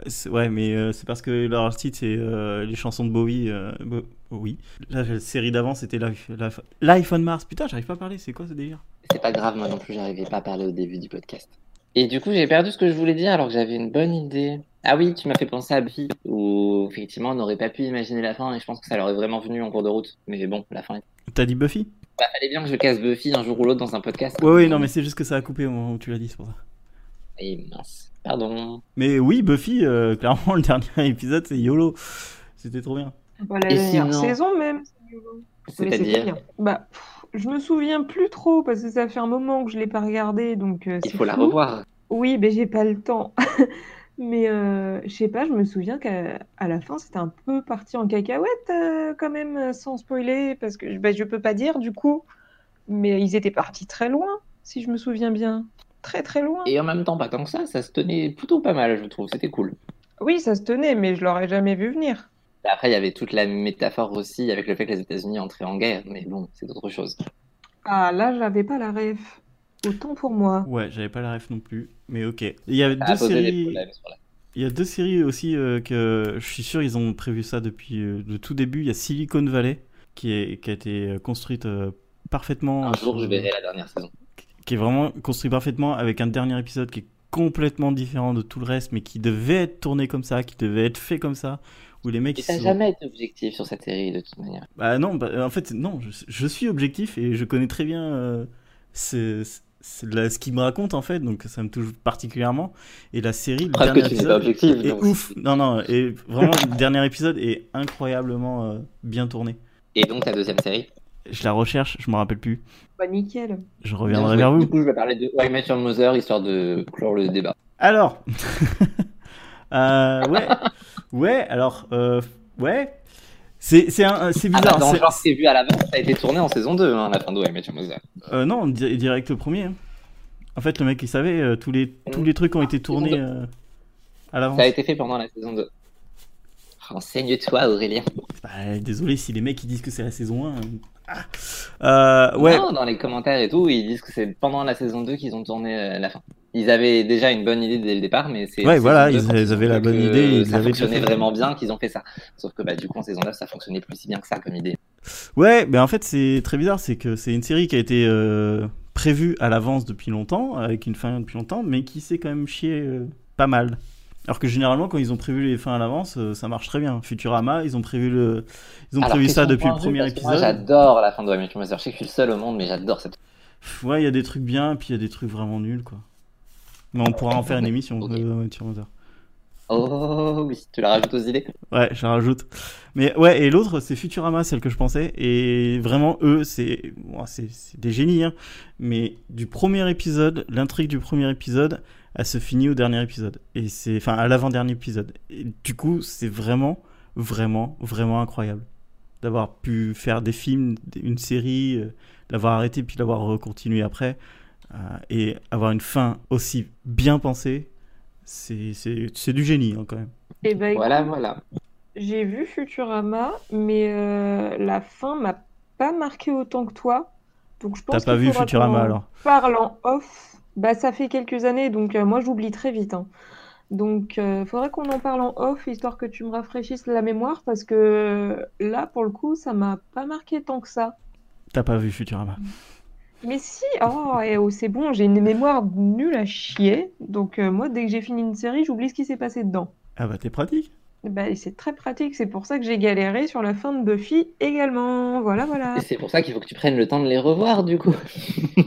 Speaker 1: Euh, c'est- Ouais, mais euh, c'est parce que leur titre, c'est euh, les chansons de Bowie. euh, Bo- Bowie. Là, la série d'avant, c'était Life, Life- Life on Mars. Putain, j'arrive pas à parler, c'est quoi ce délire
Speaker 3: C'est pas grave, moi non plus, j'arrivais pas à parler au début du podcast. Et du coup, j'ai perdu ce que je voulais dire alors que j'avais une bonne idée. Ah oui, tu m'as fait penser à Buffy, où effectivement, on n'aurait pas pu imaginer la fin et je pense que ça leur est vraiment venu en cours de route. Mais bon, la fin.
Speaker 1: T'as dit Buffy
Speaker 3: Bah, fallait bien que je casse Buffy un jour ou l'autre dans un podcast.
Speaker 1: Ouais, ouais, Ah non, mais c'est juste que ça a coupé au moment où tu l'as dit, c'est pour ça.
Speaker 3: Et Ah, mince, pardon.
Speaker 1: Mais oui, Buffy, euh, clairement, le dernier épisode, c'est YOLO. C'était trop bien.
Speaker 2: Bah, la
Speaker 3: Et
Speaker 2: dernière
Speaker 3: sinon-
Speaker 2: saison même. Mais c'est
Speaker 3: C'est-à-dire,
Speaker 2: bien. Bah, pff, je me souviens plus trop parce que ça fait un moment que je l'ai pas regardé, donc euh,
Speaker 3: il
Speaker 2: c'est
Speaker 3: faut la
Speaker 2: flou.
Speaker 3: revoir.
Speaker 2: Oui, mais j'ai pas le temps. mais euh, je sais pas, je me souviens qu'à à la fin c'était un peu parti en cacahuète euh, quand même, euh, sans spoiler, parce que bah, je peux pas dire du coup. Mais ils étaient partis très loin, si je me souviens bien, très très loin.
Speaker 3: Et en même temps, pas tant que ça, ça se tenait plutôt pas mal, je trouve. C'était cool.
Speaker 2: Oui, ça se tenait, mais je l'aurais jamais vu venir.
Speaker 3: Après, il y avait toute la métaphore aussi avec le fait que les États-Unis entraient en guerre, mais bon, c'est autre chose.
Speaker 2: Ah là, j'avais pas la rêve. Autant pour moi.
Speaker 1: Ouais, j'avais pas la ref non plus, mais ok. Il y a
Speaker 3: Ça a
Speaker 1: deux
Speaker 3: posé des
Speaker 1: séries.
Speaker 3: problèmes sur la-
Speaker 1: Il y a deux séries aussi euh, que je suis sûr ils ont prévu ça depuis euh, le tout début. Il y a Silicon Valley qui, est, qui a été euh, construite euh, parfaitement.
Speaker 3: Un
Speaker 1: euh,
Speaker 3: jour,
Speaker 1: sur-
Speaker 3: je verrai la dernière saison.
Speaker 1: Qui est vraiment construit parfaitement avec un dernier épisode qui est complètement différent de tout le reste, mais qui devait être tourné comme ça, qui devait être fait comme ça. Où les mecs.
Speaker 3: Et
Speaker 1: ils
Speaker 3: ça n'a
Speaker 1: se sont-
Speaker 3: jamais été objectif sur cette série, de toute manière.
Speaker 1: Bah non, bah, en fait, non, je, je suis objectif et je connais très bien euh, ce, ce- la- ce qu'il me raconte en fait, donc ça me touche particulièrement. Et la série, le
Speaker 3: Preuve
Speaker 1: dernier
Speaker 3: que tu n'es
Speaker 1: épisode
Speaker 3: pas objectif.
Speaker 1: est
Speaker 3: donc.
Speaker 1: ouf. Non, non, et vraiment, le dernier épisode est incroyablement euh, bien tourné.
Speaker 3: Et donc, ta deuxième série
Speaker 1: Je la recherche, je me rappelle plus.
Speaker 2: Bah nickel.
Speaker 1: Je
Speaker 3: Bien
Speaker 1: reviendrai
Speaker 3: joué.
Speaker 1: vers
Speaker 3: Du
Speaker 1: vous.
Speaker 3: coup, je vais parler de How I Met Your Mother, histoire de clore le débat.
Speaker 1: Alors, euh, ouais, ouais, alors, euh, ouais, c'est c'est un- euh, c'est
Speaker 3: Ah, bah,
Speaker 1: bizarre.
Speaker 3: dans
Speaker 1: c'est-
Speaker 3: genre, c'est vu à l'avance, ça a été tourné en saison 2, hein, la fin de How I Met Your Mother.
Speaker 1: Euh, non, di- direct le premier. hein. En fait, le mec, il savait, euh, tous, les, tous les trucs ont été
Speaker 3: Ah,
Speaker 1: tournés euh, à l'avance.
Speaker 3: Ça a été fait pendant la saison 2. Renseigne-toi, Aurélien.
Speaker 1: Bah, désolé si les mecs ils disent que c'est la saison 1. hein. Ah. Euh, ouais,
Speaker 3: Non, dans les commentaires et tout, ils disent que c'est pendant la saison 2 qu'ils ont tourné euh, la fin. Ils avaient déjà une bonne idée dès le départ, mais c'est.
Speaker 1: Ouais,
Speaker 3: saison
Speaker 1: voilà,
Speaker 3: 2,
Speaker 1: ils
Speaker 3: quand
Speaker 1: avaient
Speaker 3: ont
Speaker 1: la
Speaker 3: vu
Speaker 1: bonne
Speaker 3: que
Speaker 1: idée, ils
Speaker 3: Ça
Speaker 1: avaient
Speaker 3: fonctionnait
Speaker 1: tout fait.
Speaker 3: vraiment bien qu'ils ont fait ça. Sauf que bah, du coup, en saison 9, ça fonctionnait plus si bien que ça comme idée.
Speaker 1: ouais, mais en fait, c'est très bizarre. C'est que c'est une série qui a été euh, prévue à l'avance depuis longtemps, avec une fin depuis longtemps, mais qui s'est quand même chié euh, pas mal. Alors que généralement, quand ils ont prévu les fins à l'avance, euh, ça marche très bien. Futurama, ils ont prévu, le... ils ont
Speaker 3: Alors,
Speaker 1: prévu ça
Speaker 3: question
Speaker 1: depuis le
Speaker 3: point de vue,
Speaker 1: premier
Speaker 3: parce que Moi,
Speaker 1: épisode.
Speaker 3: j'adore la fin de How I Met Your Mother. Je sais que je suis le seul au monde, mais j'adore cette.
Speaker 1: Pff, Ouais, il y a des trucs bien, puis il y a des trucs vraiment nuls, quoi. Mais on pourra en faire une émission.
Speaker 3: Ok.
Speaker 1: euh, ouais, sur Mother.
Speaker 3: Oh oui, tu la rajoutes aux idées.
Speaker 1: Ouais, je rajoute. Mais ouais, et l'autre, c'est Futurama, celle que je pensais. Et vraiment, eux, c'est bon, c'est- c'est des génies. hein. Mais du premier épisode, l'intrigue du premier épisode, elle se finit au dernier épisode. Et c'est, enfin, à l'avant-dernier épisode. Et du coup, c'est vraiment, vraiment, vraiment incroyable d'avoir pu faire des films, des- une série, euh, d'avoir arrêté puis d'avoir continué après. euh, et avoir une fin aussi bien pensée, c'est c'est- c'est du génie hein, quand même.
Speaker 2: Et ben
Speaker 3: Voilà, voilà.
Speaker 2: J'ai vu Futurama, mais euh, la fin m'a pas marqué autant que toi. Donc je
Speaker 1: T'as
Speaker 2: pense
Speaker 1: pas
Speaker 2: qu'il
Speaker 1: vu
Speaker 2: faudra
Speaker 1: Futurama
Speaker 2: qu'on
Speaker 1: alors
Speaker 2: parle en off. Bah ça fait quelques années, donc euh, moi j'oublie très vite. hein. Donc euh, faudrait qu'on en parle en off, histoire que tu me rafraîchisses la mémoire, parce que euh, là pour le coup ça m'a pas marqué tant que ça.
Speaker 1: T'as pas vu Futurama.
Speaker 2: Mais si, oh, eh oh, c'est bon, j'ai une mémoire nulle à chier. Donc euh, moi dès que j'ai fini une série, j'oublie ce qui s'est passé dedans.
Speaker 1: Ah bah t'es pratique.
Speaker 2: Bah, et c'est très pratique, c'est pour ça que j'ai galéré sur la fin de Buffy également. Voilà, voilà.
Speaker 3: Et c'est pour ça qu'il faut que tu prennes le temps de les revoir, du coup.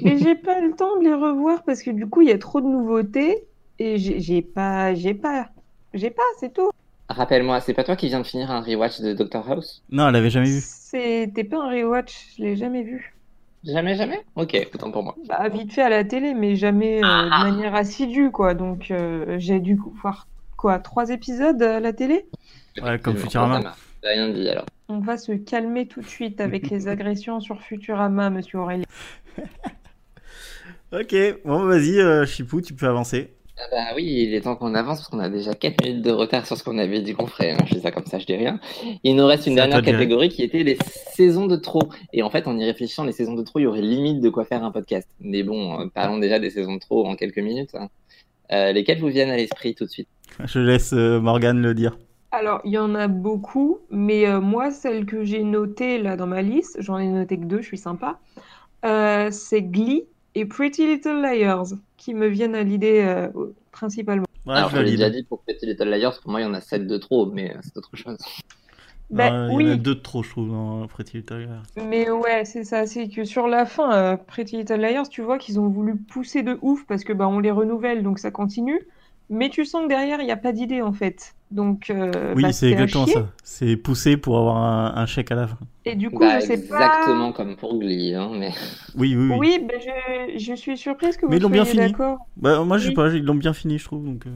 Speaker 2: Mais j'ai pas le temps de les revoir parce que du coup, il y a trop de nouveautés et j'ai j'ai pas, j'ai pas, j'ai pas, c'est tout.
Speaker 3: Rappelle-moi, c'est pas toi qui viens de finir un rewatch de Doctor House
Speaker 1: Non, elle l'avait jamais vu.
Speaker 2: C'était pas un rewatch, je l'ai jamais vu.
Speaker 3: Jamais, jamais Ok, autant pour moi.
Speaker 2: Bah, vite fait à la télé, mais jamais euh, de manière assidue, quoi. Donc, euh, j'ai dû voir quoi, trois épisodes euh, à la télé?
Speaker 1: Ouais, comme
Speaker 3: Effectivement,
Speaker 1: Futurama.
Speaker 3: ça m'a Rien dit alors.
Speaker 2: On va se calmer tout de suite avec les agressions sur Futurama, monsieur Aurélien.
Speaker 1: Ok, bon vas-y, euh, Chipou, tu peux avancer.
Speaker 3: Ah bah oui, il est temps qu'on avance parce qu'on a déjà 4 minutes de retard sur ce qu'on avait dit qu'on ferait. hein. Je fais ça comme ça, je dis rien. Il nous reste une
Speaker 1: C'est à toi
Speaker 3: dernière
Speaker 1: de gérer.
Speaker 3: catégorie qui était les saisons de trop. Et en fait, en y réfléchissant, les saisons de trop, il y aurait limite de quoi faire un podcast. Mais bon, euh, parlons déjà des saisons de trop en quelques minutes. hein. Euh, lesquelles vous viennent à l'esprit tout de suite
Speaker 1: Je laisse euh, Morgane le dire.
Speaker 2: Alors, il y en a beaucoup, mais euh, moi, celle que j'ai notée là dans ma liste, j'en ai noté que deux, je suis sympa, euh, c'est Glee et Pretty Little Liars qui me viennent à l'idée euh, principalement.
Speaker 1: Ouais,
Speaker 3: Alors,
Speaker 1: Ah, je
Speaker 3: je l'ai déjà
Speaker 1: valide.
Speaker 3: dit pour Petit Little Liars, pour moi, il y en a 7 de trop, mais euh, c'est autre chose.
Speaker 2: Ben
Speaker 1: Ouais, Ah, Il y en a
Speaker 2: oui,
Speaker 1: deux de trop, je trouve, dans Pretty Little Liars.
Speaker 2: mais ouais, c'est ça, c'est que sur la fin, euh, Pretty Little Liars, tu vois qu'ils ont voulu pousser de ouf parce que bah, on les renouvelle, donc ça continue, mais tu sens que derrière, il n'y a pas d'idée en fait. Donc, euh,
Speaker 1: Oui,
Speaker 2: bah,
Speaker 1: c'est
Speaker 2: c'était à
Speaker 1: exactement
Speaker 2: chier.
Speaker 1: ça. C'est poussé pour avoir un, un chèque à la fin.
Speaker 2: Et du coup,
Speaker 3: Bah,
Speaker 2: je sais pas.
Speaker 3: exactement comme pour Glee, hein, mais
Speaker 1: Oui, oui, oui.
Speaker 2: Oui, ben, je, je suis surprise que
Speaker 1: Mais ils
Speaker 2: vous
Speaker 1: l'ont bien
Speaker 2: soyez
Speaker 1: fini.
Speaker 2: d'accord.
Speaker 1: Bah, moi, je sais
Speaker 2: Oui.
Speaker 1: pas, ils l'ont bien fini, je trouve. Donc, euh.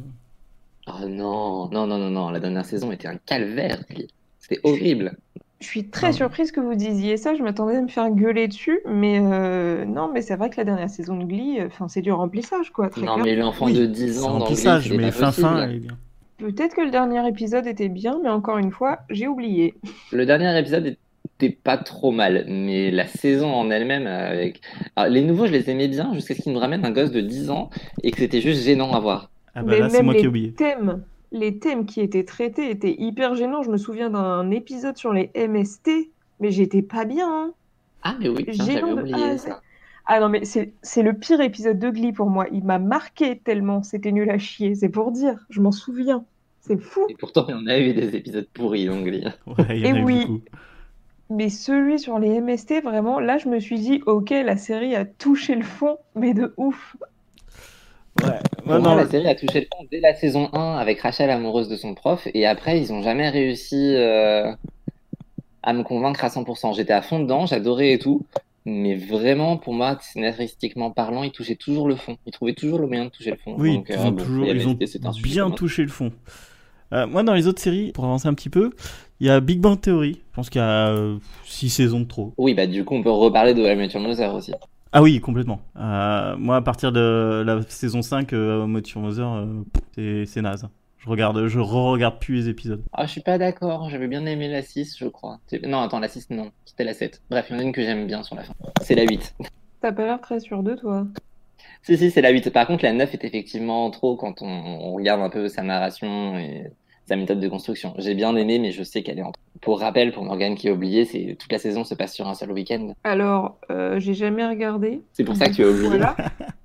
Speaker 3: Oh non, non, non, non, non, la dernière saison était un calvaire. Glee. C'était horrible.
Speaker 2: Je suis très
Speaker 1: Ah.
Speaker 2: surprise que vous disiez ça. Je m'attendais à me faire gueuler dessus, mais euh, non, mais c'est vrai que la dernière saison de Glee, euh, enfin, c'est du remplissage, quoi. Très
Speaker 3: Non,
Speaker 2: clair.
Speaker 3: mais l'enfant
Speaker 1: Oui,
Speaker 3: de 10
Speaker 1: C'est
Speaker 3: ans dans Glee,
Speaker 1: remplissage,
Speaker 3: c'était
Speaker 1: mais
Speaker 3: pas
Speaker 1: fin-fin,
Speaker 3: possible.
Speaker 1: elle est bien.
Speaker 2: Peut-être que le dernier épisode était bien, mais encore une fois, j'ai oublié.
Speaker 3: Le dernier épisode est c'était pas trop mal. Mais la saison en elle-même, avec. Alors, les nouveaux, je les aimais bien jusqu'à ce qu'ils nous ramènent un gosse de 10 ans et que c'était juste gênant à voir.
Speaker 1: Ah bah là, c'est moi
Speaker 2: les
Speaker 1: qui ai oublié.
Speaker 2: thèmes, les thèmes qui étaient traités étaient hyper gênants. Je me souviens d'un épisode sur les MST, mais j'étais pas bien. hein.
Speaker 3: Ah, mais oui, tiens,
Speaker 2: Gênant
Speaker 3: j'avais
Speaker 2: de A à
Speaker 3: oublié
Speaker 2: Z.
Speaker 3: ça.
Speaker 2: Ah non, mais c'est c'est le pire épisode de Glee pour moi. Il m'a marqué tellement, c'était nul à chier, c'est pour dire. Je m'en souviens. C'est fou.
Speaker 3: Et pourtant, on a eu des épisodes pourris, donc.
Speaker 1: Ouais, il y en
Speaker 2: Eh
Speaker 1: a eu
Speaker 2: oui.
Speaker 1: beaucoup.
Speaker 2: Mais celui sur les MST, vraiment, là, je me suis dit, ok, la série a touché le fond, mais de ouf.
Speaker 1: Ouais.
Speaker 3: Pour
Speaker 1: Ouais,
Speaker 3: moi,
Speaker 1: non,
Speaker 3: la série a touché le fond dès la saison 1 avec Rachel amoureuse de son prof et après ils ont jamais réussi euh, à me convaincre à 100%. J'étais à fond dedans, j'adorais et tout, mais vraiment pour moi scénaristiquement parlant, ils touchaient toujours le fond. Ils trouvaient toujours le moyen de toucher le fond.
Speaker 1: Oui,
Speaker 3: Donc,
Speaker 1: ils
Speaker 3: euh,
Speaker 1: ont,
Speaker 3: bon,
Speaker 1: toujours,
Speaker 3: les
Speaker 1: ils ont
Speaker 3: MST, c'est un sujet
Speaker 1: bien
Speaker 3: commun.
Speaker 1: touché le fond. Euh, moi, dans les autres séries, pour avancer un petit peu, il y a Big Bang Theory. Je pense qu'il y a 6 saisons de trop.
Speaker 3: Oui, bah du coup on peut reparler de la Mature Mother aussi.
Speaker 1: Ah oui, complètement. Euh, moi, à partir de la saison 5, euh, Motion Mother, euh, pff, c'est- c'est naze. Je regarde, je re-regarde plus les épisodes.
Speaker 3: Ah, je suis pas d'accord, j'avais bien aimé la 6, je crois. C'est- Non, attends, la 6, non, c'était la 7. Bref, il y en a une que j'aime bien sur la fin. C'est la 8.
Speaker 2: T'as pas l'air très sûr de toi.
Speaker 3: Si, si, c'est la 8. Par contre, la 9 est effectivement trop quand on, on regarde un peu sa narration et sa méthode de construction. J'ai bien aimé, mais je sais qu'elle est en Pour rappel, pour Morgane qui a oublié, c'est toute la saison se passe sur un seul week-end.
Speaker 2: Alors, euh, j'ai jamais regardé.
Speaker 3: C'est pour ça que tu as oublié.
Speaker 2: Voilà.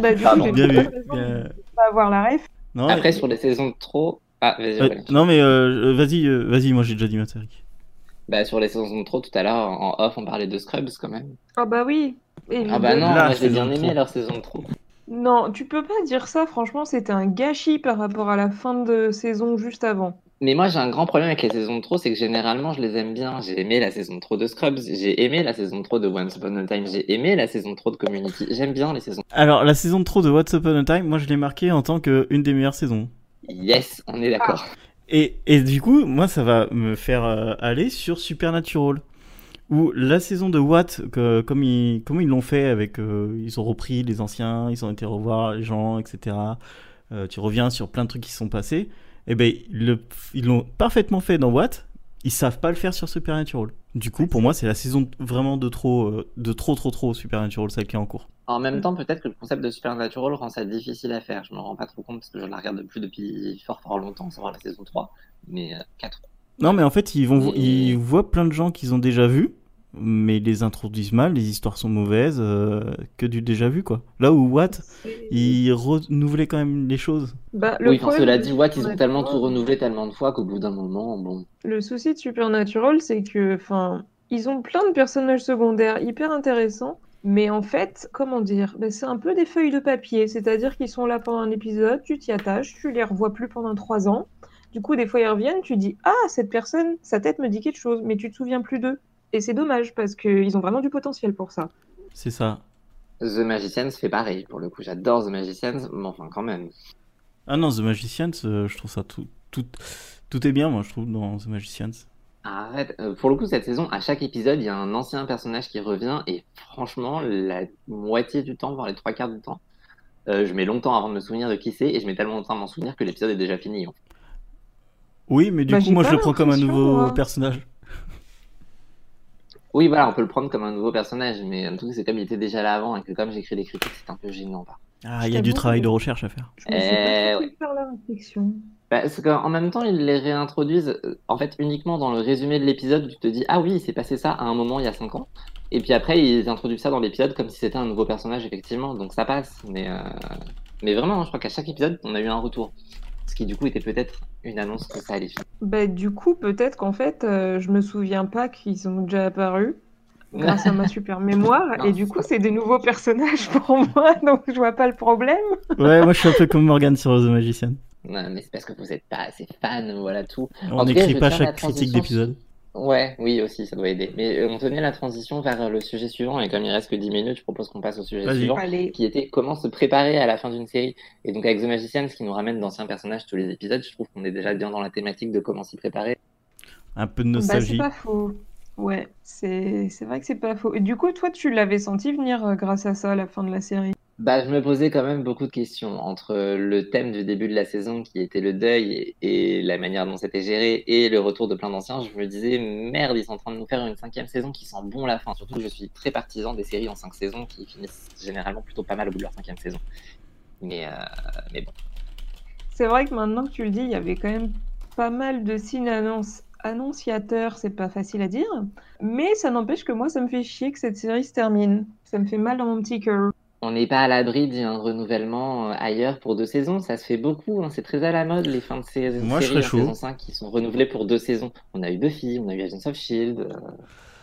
Speaker 2: bah, du coup,
Speaker 3: Pardon.
Speaker 2: j'ai
Speaker 1: Bien
Speaker 2: pas
Speaker 1: vu.
Speaker 2: raison
Speaker 1: Euh,
Speaker 2: de pas avoir la ref.
Speaker 1: non,
Speaker 3: Après,
Speaker 1: euh,
Speaker 3: sur les saisons trop. Ah, vas-y,
Speaker 1: euh,
Speaker 3: Aurélie.
Speaker 1: non, mais euh, vas-y, euh, vas-y, moi j'ai déjà dit ma série.
Speaker 3: Bah, sur les saisons trop, tout à l'heure, en en off, on parlait de Scrubs quand même.
Speaker 2: Ah bah oui.
Speaker 3: Ah bah non,
Speaker 2: évidemment.
Speaker 1: La
Speaker 3: moi j'ai
Speaker 1: saison
Speaker 3: bien aimé
Speaker 1: trop.
Speaker 3: leur saison trop.
Speaker 2: Non, tu peux pas dire ça, franchement, c'était un gâchis par rapport à la fin de saison juste avant.
Speaker 3: Mais moi, j'ai un grand problème avec les saisons de trop, c'est que généralement, je les aime bien. J'ai aimé la saison de trop de Scrubs, j'ai aimé la saison de trop de Once Upon a Time, j'ai aimé la saison de trop de Community. J'aime bien les saisons.
Speaker 1: Alors, la saison de trop de What's Upon a Time, moi je l'ai marquée en tant qu'une des meilleures saisons.
Speaker 3: Yes, on est d'accord.
Speaker 2: Ah.
Speaker 1: Et, et du coup, moi, ça va me faire euh, aller sur Supernatural. Où la saison de Watt, que- comme ils comme ils l'ont fait avec. euh, ils ont repris les anciens, ils ont été revoir les gens, etc. Euh, tu reviens sur plein de trucs qui se sont passés. Et ben, le- ils l'ont parfaitement fait dans Watt. Ils savent pas le faire sur Supernatural. Du coup, pour moi, c'est la saison vraiment de trop, euh, de trop, trop, trop Supernatural, celle qui est en cours.
Speaker 3: En même temps, peut-être que le concept de Supernatural rend ça difficile à faire. Je me rends pas trop compte parce que je la regarde plus depuis fort fort longtemps, savoir la saison 3, mais euh, 4.
Speaker 1: Non, mais en fait, ils, vont,
Speaker 3: Et-
Speaker 1: ils voient plein de gens qu'ils ont déjà vus, mais ils les introduisent mal, les histoires sont mauvaises, euh, que du déjà vu, quoi. Là où Watt, ils renouvelaient quand même les choses.
Speaker 2: Bah, le
Speaker 3: Oui, enfin,
Speaker 2: problème
Speaker 3: cela
Speaker 2: de
Speaker 3: dit, Watt, ils ont
Speaker 2: Supernatural,
Speaker 3: tellement tout renouvelé tellement de fois qu'au bout d'un moment, bon.
Speaker 2: Le souci de Supernatural, c'est que, enfin, ils ont plein de personnages secondaires hyper intéressants, mais en fait, comment dire, ben, c'est un peu des feuilles de papier, c'est-à-dire qu'ils sont là pendant un épisode, tu t'y attaches, tu les revois plus pendant trois ans. Du coup, des fois, ils reviennent, tu dis Ah, cette personne, sa tête me dit quelque chose, mais tu te souviens plus d'eux. Et c'est dommage parce qu'ils ont vraiment du potentiel pour ça.
Speaker 1: C'est ça.
Speaker 3: The Magicians fait pareil. Pour le coup, j'adore The Magicians, mais enfin, quand même.
Speaker 1: Ah non, The Magicians, euh, je trouve ça tout, tout, tout est bien, moi, je trouve, dans The Magicians.
Speaker 3: Arrête. Euh, pour le coup, cette saison, à chaque épisode, il y a un ancien personnage qui revient et franchement, la moitié du temps, voire les trois quarts du temps, euh, je mets longtemps avant de me souvenir de qui c'est et je mets tellement longtemps à m'en souvenir que l'épisode est déjà fini. en fait.
Speaker 1: Oui, mais du
Speaker 2: Bah,
Speaker 1: coup,
Speaker 2: j'ai
Speaker 1: moi,
Speaker 2: pas
Speaker 1: je le prends comme un
Speaker 2: l'impression,
Speaker 1: nouveau
Speaker 2: moi.
Speaker 1: personnage.
Speaker 3: Oui, voilà, on peut le prendre comme un nouveau personnage, mais en tout cas, c'est comme il était déjà là avant et que comme j'écris des critiques, c'est un peu gênant. par-
Speaker 1: Ah,
Speaker 2: Je
Speaker 1: il y a du
Speaker 2: t'avoue
Speaker 1: travail
Speaker 2: que-
Speaker 1: de recherche à faire.
Speaker 2: Je me suis pas
Speaker 3: Euh,
Speaker 2: trop fait faire la réflexion.
Speaker 3: Bah, Parce qu'en même temps, ils les réintroduisent euh, en fait uniquement dans le résumé de l'épisode. Tu te dis ah oui, il s'est passé ça à un moment il y a cinq ans. Et puis après, ils introduisent ça dans l'épisode comme si c'était un nouveau personnage effectivement. Donc ça passe. Mais euh, mais vraiment, je crois qu'à chaque épisode, on a eu un retour. Ce qui du coup était peut-être une annonce que ça allait finir.
Speaker 2: Bah, du coup, peut-être qu'en fait, euh, je me souviens pas qu'ils ont déjà apparu grâce à ma super mémoire.
Speaker 3: Non.
Speaker 2: Et du coup, c'est des nouveaux personnages pour moi, donc je vois pas le problème.
Speaker 1: Ouais, moi, je suis un peu comme Morgan sur The Magicians.
Speaker 3: Ouais, mais c'est parce que vous êtes pas assez fan, voilà tout.
Speaker 1: On
Speaker 3: tout cas,
Speaker 1: n'écrit
Speaker 3: je
Speaker 1: pas
Speaker 3: tiens la
Speaker 1: chaque critique
Speaker 3: transition.
Speaker 1: d'épisode.
Speaker 3: Ouais, oui aussi, ça doit aider. Mais euh, on tenait la transition vers euh, le sujet suivant et comme il reste que 10 minutes, je propose qu'on passe au sujet
Speaker 1: Vas-y.
Speaker 3: suivant.
Speaker 2: Allez,
Speaker 3: qui était comment se préparer à la fin d'une série. Et donc avec The Magicians qui nous ramène d'anciens personnages tous les épisodes, je trouve qu'on est déjà bien dans la thématique de comment s'y préparer.
Speaker 1: Un peu de
Speaker 2: bah, c'est
Speaker 1: nostalgie.
Speaker 2: pas faux. Ouais, c'est c'est vrai que c'est pas faux. Et du coup, toi, tu l'avais senti venir euh, grâce à ça, la fin de la série.
Speaker 3: Bah, je me posais quand même beaucoup de questions entre le thème du début de la saison qui était le deuil et, et la manière dont c'était géré et le retour de plein d'anciens. Je me disais, merde, ils sont en train de nous faire une cinquième saison qui sent bon la fin. Surtout que je suis très partisan des séries en cinq saisons qui finissent généralement plutôt pas mal au bout de leur cinquième saison. Mais, euh, mais bon.
Speaker 2: C'est vrai que maintenant que tu le dis, il y avait quand même pas mal de signes annonces annonciateur, c'est pas facile à dire, mais ça n'empêche que moi, ça me fait chier que cette série se termine. Ça me fait mal dans mon petit cœur.
Speaker 3: On n'est pas à l'abri d'un renouvellement euh, ailleurs pour deux saisons, ça se fait beaucoup, hein. c'est très à la mode les fins de saison,
Speaker 1: Moi, je
Speaker 3: séries en
Speaker 1: serais chaud.
Speaker 3: saison 5 qui sont renouvelées pour deux saisons. On a eu Buffy, on a eu Agents of Shield, euh,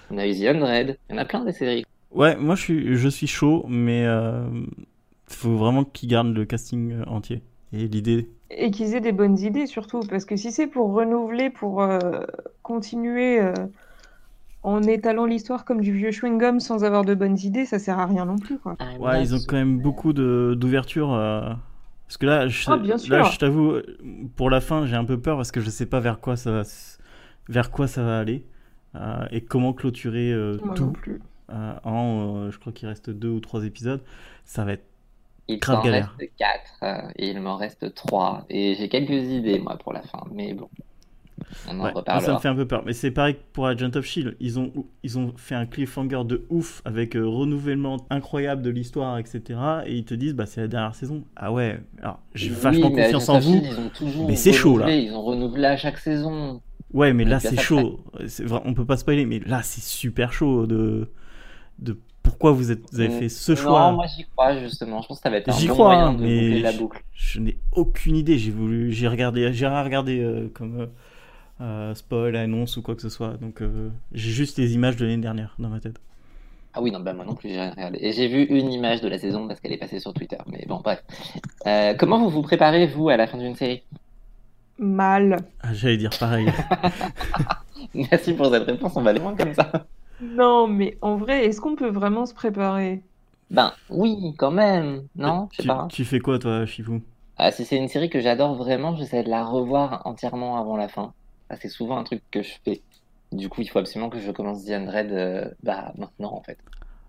Speaker 3: on a eu The Undead, il y en a plein des séries.
Speaker 1: Ouais, moi je suis, je suis chaud, mais euh, faut vraiment qu'ils gardent le casting euh, entier. Et l'idée.
Speaker 2: Et qu'ils aient des bonnes idées surtout, parce que si c'est pour renouveler, pour euh, continuer euh, en étalant l'histoire comme du vieux chewing-gum sans avoir de bonnes idées, ça sert à rien non plus. Quoi.
Speaker 3: I'm
Speaker 1: Ouais,
Speaker 3: not
Speaker 1: ils ont quand
Speaker 3: so-
Speaker 1: même beaucoup de- d'ouverture. euh, Parce que là, je,
Speaker 2: Ah, bien
Speaker 1: là,
Speaker 2: sûr.
Speaker 1: je t'avoue, euh, pour la fin, j'ai un peu peur parce que je sais pas vers quoi ça va, s- vers quoi ça va aller euh, et comment clôturer euh,
Speaker 2: Moi non
Speaker 1: tout
Speaker 2: plus.
Speaker 1: euh, en. euh, je crois qu'il reste deux ou trois épisodes. Ça va être.
Speaker 3: Il
Speaker 1: Grave
Speaker 3: m'en
Speaker 1: galère.
Speaker 3: reste 4 et il m'en reste 3 et j'ai quelques idées moi pour la fin, mais bon, on en
Speaker 1: Ouais, Ah, ça me
Speaker 3: reparlera.
Speaker 1: fait un peu peur. Mais c'est pareil que pour Agent of Shield. E Ils ont, ils ont fait un cliffhanger de ouf avec euh, renouvellement incroyable de l'histoire, etc. Et ils te disent, bah, c'est la dernière saison. Ah ouais, alors j'ai
Speaker 3: Oui,
Speaker 1: vachement
Speaker 3: mais
Speaker 1: confiance
Speaker 3: Agents
Speaker 1: en
Speaker 3: of
Speaker 1: vous.
Speaker 3: Shield, ils ont toujours
Speaker 1: mais c'est chaud, là.
Speaker 3: renouvelé, Ils ont renouvelé à chaque saison.
Speaker 1: Ouais, mais
Speaker 3: on
Speaker 1: là
Speaker 3: est bien
Speaker 1: c'est
Speaker 3: après.
Speaker 1: chaud. C'est vrai, on peut pas spoiler, mais là c'est super chaud de, de pourquoi vous, êtes, vous avez fait ce
Speaker 3: Mm. non,
Speaker 1: choix.
Speaker 3: moi j'y crois justement. Je pense que ça va être un
Speaker 1: J'y
Speaker 3: bon
Speaker 1: crois,
Speaker 3: moyen
Speaker 1: hein,
Speaker 3: de
Speaker 1: mais-
Speaker 3: boucler la boucle.
Speaker 1: Je n'ai aucune idée. J'ai voulu, j'ai regardé, j'ai rien regardé euh, comme euh, euh, spoil, annonce ou quoi que ce soit. Donc euh, j'ai juste les images de l'année dernière dans ma tête.
Speaker 3: Ah oui, non, bah moi non plus, j'ai rien regardé. Et j'ai vu une image de la saison parce qu'elle est passée sur Twitter. Mais bon, bref. Euh, comment vous vous préparez, vous, à la fin d'une série
Speaker 2: Mal.
Speaker 1: Ah, j'allais dire pareil.
Speaker 3: Merci pour cette réponse, on va aller loin comme ça.
Speaker 2: Non, mais en vrai, est-ce qu'on peut vraiment se préparer
Speaker 3: Ben oui, quand même, non Je sais
Speaker 1: tu,
Speaker 3: pas.
Speaker 1: tu fais quoi toi, Chifou
Speaker 3: Ah, si c'est une série que j'adore vraiment, j'essaie de la revoir entièrement avant la fin. Ça, c'est souvent un truc que je fais. Du coup, il faut absolument que je commence The Undead euh, bah, maintenant, en fait.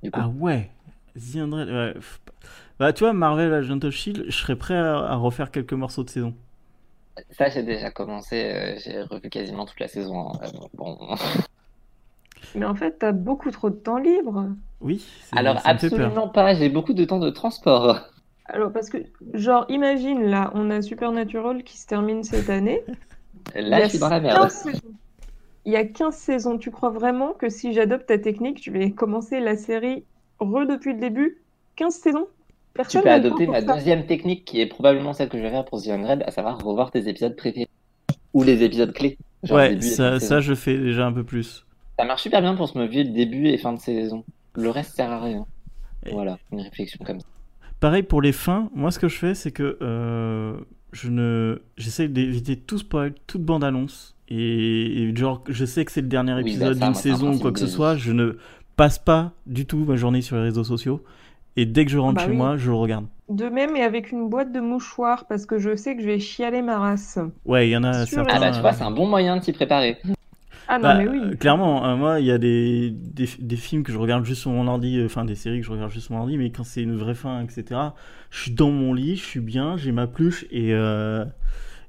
Speaker 3: Du coup,
Speaker 1: Ah ouais The Undead, ouais, pff. Bah tu vois, Marvel Agent of Shield, je serais prêt à, à refaire quelques morceaux de saison.
Speaker 3: ça, j'ai déjà commencé. euh, j'ai revu quasiment toute la saison. hein. Euh, bon.
Speaker 2: Mais en fait, t'as beaucoup trop de temps libre.
Speaker 1: Oui c'est-
Speaker 3: Alors,
Speaker 1: ça me fait peur.
Speaker 3: absolument pas. J'ai beaucoup de temps de transport.
Speaker 2: Alors, parce que, genre, imagine là, on a Supernatural qui se termine cette année.
Speaker 3: Là,
Speaker 2: Il y a
Speaker 3: je suis dans la
Speaker 2: 15
Speaker 3: merde.
Speaker 2: saisons. Il y a 15 saisons. Tu crois vraiment que si j'adopte ta technique, je vais commencer la série re depuis le début 15 saisons
Speaker 3: Tu
Speaker 2: Personne
Speaker 3: peux
Speaker 2: n'a le
Speaker 3: adopter
Speaker 2: temps
Speaker 3: ma
Speaker 2: pour ça.
Speaker 3: deuxième technique qui est probablement celle que je vais faire pour The Undead, à savoir revoir tes épisodes préférés ou les épisodes clés. genre
Speaker 1: Ouais,
Speaker 3: début et fin de hein.
Speaker 1: ça,
Speaker 3: saison.
Speaker 1: ça je fais déjà un peu plus.
Speaker 3: Ça marche super bien pour se levier le début et fin de saison. Le reste sert à rien.
Speaker 1: Et-
Speaker 3: Voilà, une réflexion comme ça.
Speaker 1: Pareil pour les fins, moi ce que je fais c'est que euh, je ne j'essaie d'éviter tout spoil, toute bande annonce et, et genre je sais que c'est le dernier
Speaker 3: Oui, bah,
Speaker 1: épisode
Speaker 3: ça,
Speaker 1: d'une
Speaker 3: moi, c'est
Speaker 1: saison ou quoi
Speaker 3: impossible
Speaker 1: que
Speaker 3: de
Speaker 1: ce
Speaker 3: le
Speaker 1: soit, je ne passe pas du tout ma journée sur les réseaux sociaux et dès que je rentre
Speaker 2: Bah
Speaker 1: chez
Speaker 2: oui.
Speaker 1: moi, je le regarde.
Speaker 2: De même, et avec une boîte de mouchoirs, parce que je sais que je vais chialer ma race.
Speaker 1: Ouais, il y en a
Speaker 2: Sur-
Speaker 1: certains.
Speaker 3: Ah bah tu vois,
Speaker 1: euh,
Speaker 3: c'est un bon moyen de s'y préparer.
Speaker 2: Ah non,
Speaker 1: Bah,
Speaker 2: mais oui.
Speaker 1: euh, clairement, hein, moi, il y a des, des, des films que je regarde juste sur mon ordi, euh, enfin des séries que je regarde juste sur mon ordi, mais quand c'est une vraie fin, etc., je suis dans mon lit, je suis bien, j'ai ma pluche et euh,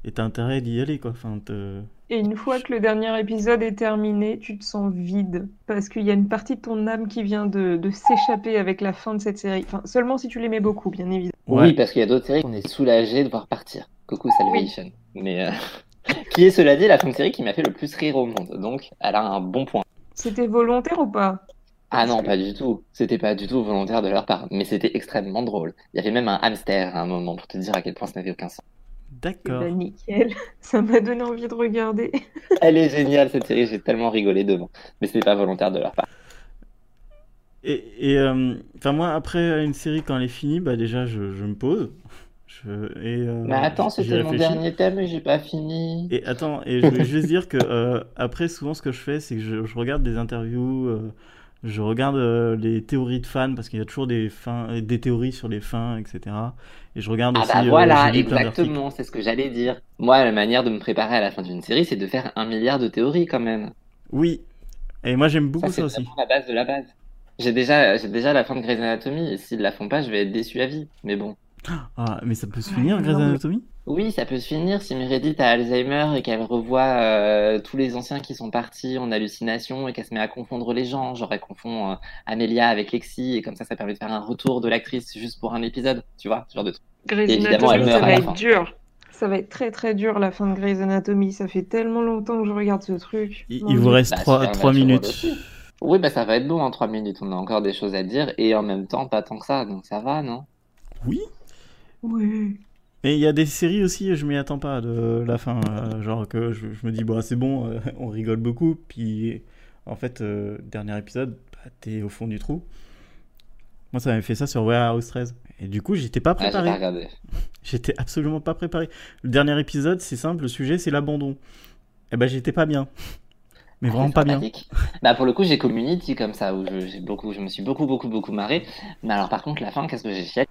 Speaker 1: et t'as intérêt d'y aller, quoi. Enfin, te-
Speaker 2: Et une fois que le dernier épisode est terminé, tu te sens vide. Parce qu'il y a une partie de ton âme qui vient de, de s'échapper avec la fin de cette série. Enfin, seulement si tu l'aimais beaucoup, bien évidemment.
Speaker 1: Ouais.
Speaker 3: Oui, parce qu'il y a d'autres séries qu'on est soulagé de voir partir. Coucou Salvation. Mais euh, qui est cela dit la fin de série qui m'a fait le plus rire au monde. Donc elle a un bon point.
Speaker 2: C'était volontaire ou pas
Speaker 3: Ah non, pas du tout. C'était pas du tout volontaire de leur part, mais c'était extrêmement drôle. Il y avait même un hamster à un moment pour te dire à quel point ça n'avait aucun sens.
Speaker 2: Eh
Speaker 1: D'accord.
Speaker 2: ben, nickel. Ça m'a donné envie de regarder.
Speaker 3: Elle est géniale cette série, j'ai tellement rigolé devant. Mais c'était pas volontaire de leur part.
Speaker 1: Et, et, euh, enfin moi, après une série quand elle est finie, bah déjà, je, je me pose. Je, et, euh,
Speaker 3: Mais attends,
Speaker 1: j'y
Speaker 3: c'était mon
Speaker 1: réfléchis.
Speaker 3: dernier thème et j'ai pas fini.
Speaker 1: Et attends, et je voulais juste dire que euh, après, souvent, ce que je fais, c'est que je, je regarde des interviews, euh, je regarde euh, les théories de fans, parce qu'il y a toujours des, fins, euh, des théories sur les fins, etc. Et je regarde
Speaker 3: Ah
Speaker 1: aussi.
Speaker 3: bah
Speaker 1: euh,
Speaker 3: voilà,
Speaker 1: j'ai lu plein d'articles.
Speaker 3: exactement, c'est ce que j'allais dire. Moi, la manière de me préparer à la fin d'une série, c'est de faire un milliard de théories quand même.
Speaker 1: Oui. Et moi, j'aime beaucoup
Speaker 3: Ça,
Speaker 1: ça,
Speaker 3: c'est
Speaker 1: aussi.
Speaker 3: vraiment la base de la base. J'ai déjà, j'ai déjà la fin de Grey's Anatomy, et s'ils la font pas, je vais être déçu à vie. Mais bon.
Speaker 1: Ah, mais ça peut se finir,
Speaker 2: Ah,
Speaker 1: Grey's
Speaker 2: non, mais-
Speaker 1: Anatomy
Speaker 3: Oui, ça peut se finir si Meredith a Alzheimer et qu'elle revoit euh, tous les anciens qui sont partis en hallucination et qu'elle se met à confondre les gens. Genre, elle confond euh, Amelia avec Lexi et comme ça, ça permet de faire un retour de l'actrice juste pour un épisode, tu vois, ce genre de truc.
Speaker 2: Grey's
Speaker 3: Et évidemment,
Speaker 2: Anatomy,
Speaker 1: elle
Speaker 2: ça
Speaker 1: meurt à
Speaker 2: va
Speaker 1: la
Speaker 3: fin.
Speaker 2: être dur. Ça va être très très dur la fin de Grey's Anatomy. Ça fait tellement longtemps que je regarde ce truc.
Speaker 1: Il,
Speaker 2: Mon
Speaker 1: il vous
Speaker 2: Dieu.
Speaker 1: reste
Speaker 3: Bah,
Speaker 1: trois
Speaker 3: Supernatural
Speaker 1: 3 minutes.
Speaker 3: aussi. Oui, bah ça va être bon en trois minutes. On a encore des choses à dire et en même temps, pas tant que ça. Donc ça va, non?
Speaker 1: Oui
Speaker 2: Oui.
Speaker 1: Mais il y a des séries aussi, je m'y attends pas de la fin. euh, genre que je, je me dis, bah c'est bon, euh, on rigole beaucoup. Puis en fait, euh, dernier épisode, bah, t'es au fond du trou. Moi, ça m'avait fait ça sur Warehouse 13. Et du coup, j'étais pas
Speaker 3: Ah, j'ai
Speaker 1: préparé.
Speaker 3: pas regardé.
Speaker 1: J'étais absolument pas préparé. Le dernier épisode, c'est simple, le sujet, c'est l'abandon. Et ben, j'étais pas bien. Mais
Speaker 3: Ah,
Speaker 1: vraiment
Speaker 3: c'est
Speaker 1: pas bien.
Speaker 3: sympathique. Bah pour le coup j'ai Community comme ça où je, j'ai beaucoup, je me suis beaucoup beaucoup beaucoup marré. Mais alors par contre la fin qu'est-ce que j'ai chialé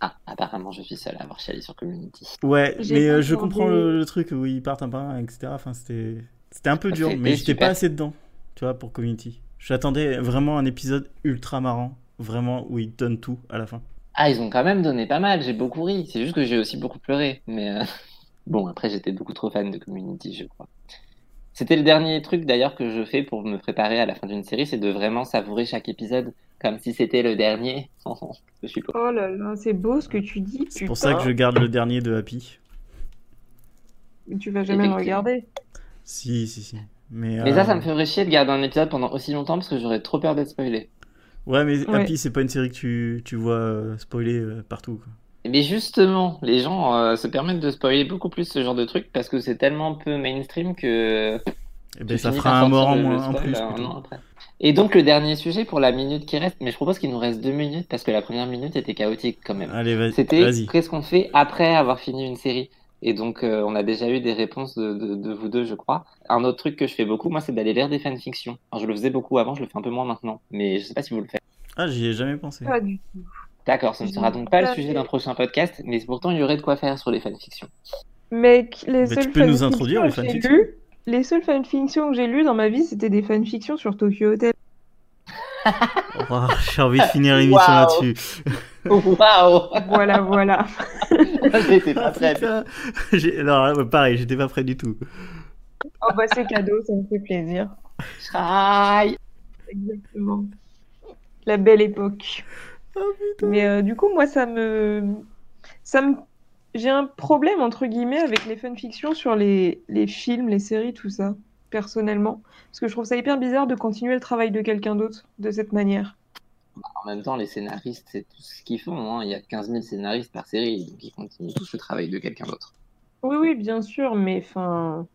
Speaker 3: Ah apparemment je suis seul à avoir chialé sur Community.
Speaker 1: Ouais,
Speaker 2: J'ai
Speaker 1: mais
Speaker 2: pas
Speaker 1: euh, je
Speaker 2: entendu.
Speaker 1: comprends le, le truc où ils partent un par un, etc. Enfin, c'était c'était un peu dur,
Speaker 3: C'était
Speaker 1: mais j'étais
Speaker 3: Ah, super.
Speaker 1: pas assez dedans, tu vois, pour Community. J'attendais vraiment un épisode ultra marrant, vraiment où ils donnent tout à la fin.
Speaker 3: Ah ils ont quand même donné pas mal, j'ai beaucoup ri. C'est juste que j'ai aussi beaucoup pleuré. Mais euh, bon après j'étais beaucoup trop fan de Community je crois. C'était le dernier truc d'ailleurs que je fais pour me préparer à la fin d'une série, c'est de vraiment savourer chaque épisode comme si c'était le dernier. je suis con.
Speaker 2: Oh là là, c'est beau ce que tu dis.
Speaker 1: C'est pour ça que je garde le dernier de Happy.
Speaker 2: je. Tu vas jamais le
Speaker 3: Effectivement.
Speaker 2: regarder.
Speaker 1: Si, si, si. Mais,
Speaker 3: Mais
Speaker 1: euh,
Speaker 3: ça, ça me ferait chier de garder un épisode pendant aussi longtemps parce que j'aurais trop peur d'être spoilé.
Speaker 1: Ouais, mais
Speaker 2: Ouais.
Speaker 1: Happy, c'est pas une série que tu, tu vois euh, spoiler euh, partout. quoi.
Speaker 3: Mais justement, les gens euh, se permettent de spoiler beaucoup plus ce genre de truc parce que c'est tellement peu mainstream que
Speaker 1: Et
Speaker 3: tu
Speaker 1: ben, ça
Speaker 3: finis
Speaker 1: fera
Speaker 3: par
Speaker 1: un mort en
Speaker 3: sortir le- le
Speaker 1: moins, en
Speaker 3: spoil,
Speaker 1: plus.
Speaker 3: euh, un
Speaker 1: plutôt.
Speaker 3: an après. Et donc le dernier sujet pour la minute qui reste, mais je propose qu'il nous reste deux minutes parce que la première minute était chaotique quand même.
Speaker 1: Allez, vas-
Speaker 3: C'était
Speaker 1: Euh, vas-y.
Speaker 3: qu'est-ce qu'on fait après avoir fini une série Et donc, euh, on a déjà eu des réponses de, de- de vous deux, je crois. Un autre truc que je fais beaucoup, moi, c'est d'aller lire des fanfictions. Alors, je le faisais beaucoup avant, je le fais un peu moins maintenant, mais je sais pas si vous le faites.
Speaker 1: Ah, j'y ai jamais pensé.
Speaker 2: Pas du tout.
Speaker 3: D'accord, ce ne
Speaker 2: Je
Speaker 3: sera
Speaker 2: l'ai
Speaker 3: donc pas
Speaker 2: pas
Speaker 3: le sujet
Speaker 2: fait.
Speaker 3: d'un prochain podcast, mais pourtant il y aurait de quoi faire sur les fanfictions.
Speaker 2: Mec,
Speaker 1: Bah,
Speaker 2: les
Speaker 1: tu
Speaker 2: seules
Speaker 1: peux nous
Speaker 2: fanfictions
Speaker 1: introduire aux
Speaker 2: que j'ai
Speaker 1: fanfictions
Speaker 2: lues- les seules fanfictions que j'ai lues dans ma vie, c'était des fanfictions sur Tokyo Hotel.
Speaker 1: Oh, j'ai envie de finir l'émission
Speaker 3: Waouh.
Speaker 1: là-dessus.
Speaker 3: Waouh
Speaker 2: Voilà, voilà.
Speaker 3: J'étais pas
Speaker 1: Ah,
Speaker 3: prêt.
Speaker 1: putain. J'ai- Alors, là, pareil, j'étais pas prêt du tout.
Speaker 2: Oh bah c'est cadeau, ça me fait plaisir.
Speaker 3: Aïe.
Speaker 2: Exactement. La belle époque.
Speaker 1: Ah,
Speaker 2: Mais euh, du coup, moi, ça me... ça me... J'ai un problème, entre guillemets, avec les fanfictions sur les... les films, les séries, tout ça, personnellement. Parce que je trouve ça hyper bizarre de continuer le travail de quelqu'un d'autre de cette manière.
Speaker 3: En même temps, les scénaristes, c'est tout ce qu'ils font. hein. Il y a 15 000 scénaristes par série, donc ils continuent tous le travail de quelqu'un d'autre.
Speaker 2: Oui, oui, bien sûr, mais enfin...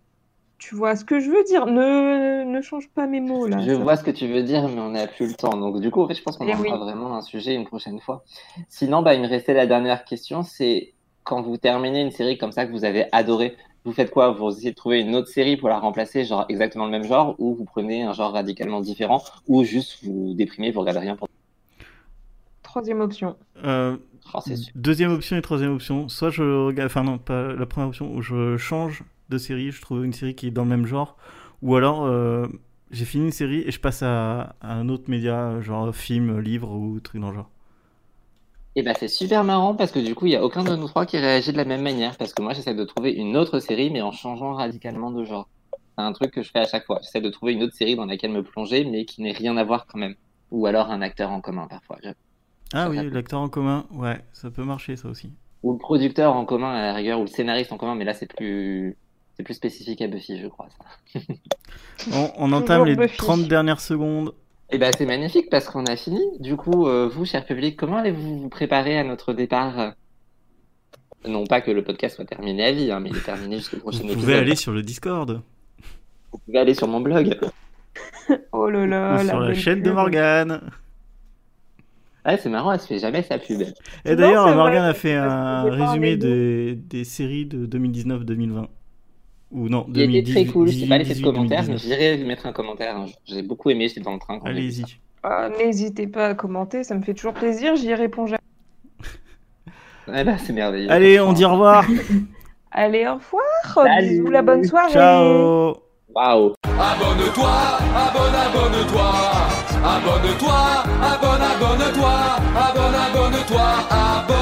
Speaker 2: Tu vois ce que je veux dire Ne, ne change pas mes mots, là.
Speaker 3: Je
Speaker 2: Ça-
Speaker 3: vois ce que tu veux dire, mais on n'a plus le temps. Donc, du coup, en fait, je pense qu'on
Speaker 2: Eh
Speaker 3: en
Speaker 2: oui.
Speaker 3: fera vraiment un sujet une prochaine fois. Sinon, bah, il me restait la dernière question. C'est quand vous terminez une série comme ça que vous avez adoré, vous faites quoi Vous essayez de trouver une autre série pour la remplacer, genre exactement le même genre, ou vous prenez un genre radicalement différent, ou juste vous déprimez, vous regardez rien pour.
Speaker 2: Troisième option.
Speaker 1: Euh,
Speaker 3: Oh, c'est super.
Speaker 1: Deuxième option et troisième option. Soit je regarde, enfin non, pas la première option, où je change de série, je trouve une série qui est dans le même genre, ou alors euh, j'ai fini une série et je passe à, à un autre média, genre film, livre ou truc dans le genre.
Speaker 3: Et bah, c'est super marrant parce que du coup, il n'y a aucun de nous trois qui réagit de la même manière. Parce que moi, j'essaie de trouver une autre série, mais en changeant radicalement de genre. C'est un truc que je fais à chaque fois. J'essaie de trouver une autre série dans laquelle me plonger, mais qui n'ait rien à voir quand même. Ou alors un acteur en commun parfois. je-
Speaker 1: Ah
Speaker 3: Ça
Speaker 1: oui,
Speaker 3: peut-
Speaker 1: l'acteur en commun, ouais, ça peut marcher ça aussi.
Speaker 3: Ou le producteur en commun à la rigueur, ou le scénariste en commun, mais là, c'est plus. C'est plus spécifique à Buffy, je crois. ça.
Speaker 1: On, on entame les
Speaker 2: Toujours Buffy.
Speaker 1: 30 dernières secondes.
Speaker 3: Et bah, c'est magnifique parce qu'on a fini. Du coup, euh, vous, cher public, comment allez-vous vous préparer à notre départ Non pas que le podcast soit terminé à vie, hein, mais il est terminé jusqu'au prochain
Speaker 1: Vous
Speaker 3: épisode.
Speaker 1: pouvez aller sur le Discord
Speaker 3: Vous pouvez aller sur mon blog.
Speaker 2: Oh là là,
Speaker 1: ou sur la
Speaker 2: bonne
Speaker 1: chaîne de
Speaker 2: pub.
Speaker 1: Morgane.
Speaker 3: Ouais, c'est marrant, elle se fait jamais sa pub. elle.
Speaker 1: Et
Speaker 2: Non,
Speaker 1: d'ailleurs,
Speaker 2: c'est vrai,
Speaker 1: Morgane a fait
Speaker 2: parce que
Speaker 1: un
Speaker 2: j'ai pas
Speaker 1: résumé
Speaker 2: un
Speaker 1: des, des séries de 2019-2020. Ou non,
Speaker 3: Il était
Speaker 1: 2018.
Speaker 3: très cool, je t'ai pas laissé de
Speaker 1: 18,
Speaker 3: commentaire,
Speaker 1: 2019.
Speaker 3: mais j'irai lui mettre un commentaire. hein. J'ai beaucoup aimé, j'étais dans le train. quand j'ai vu ça.
Speaker 1: Allez-y.
Speaker 2: Ah, N'hésitez pas à commenter, ça me fait toujours plaisir, j'y réponds jamais.
Speaker 3: Ouais, bah, c'est merveilleux.
Speaker 1: Allez, on dit au revoir.
Speaker 2: Allez, au revoir,
Speaker 3: Salut.
Speaker 2: bisous, la bonne soirée.
Speaker 1: Ciao.
Speaker 3: Waouh
Speaker 4: Abonne-toi, abonne, abonne-toi. Abonne-toi, abonne, abonne-toi. Abonne, abonne-toi, abonne.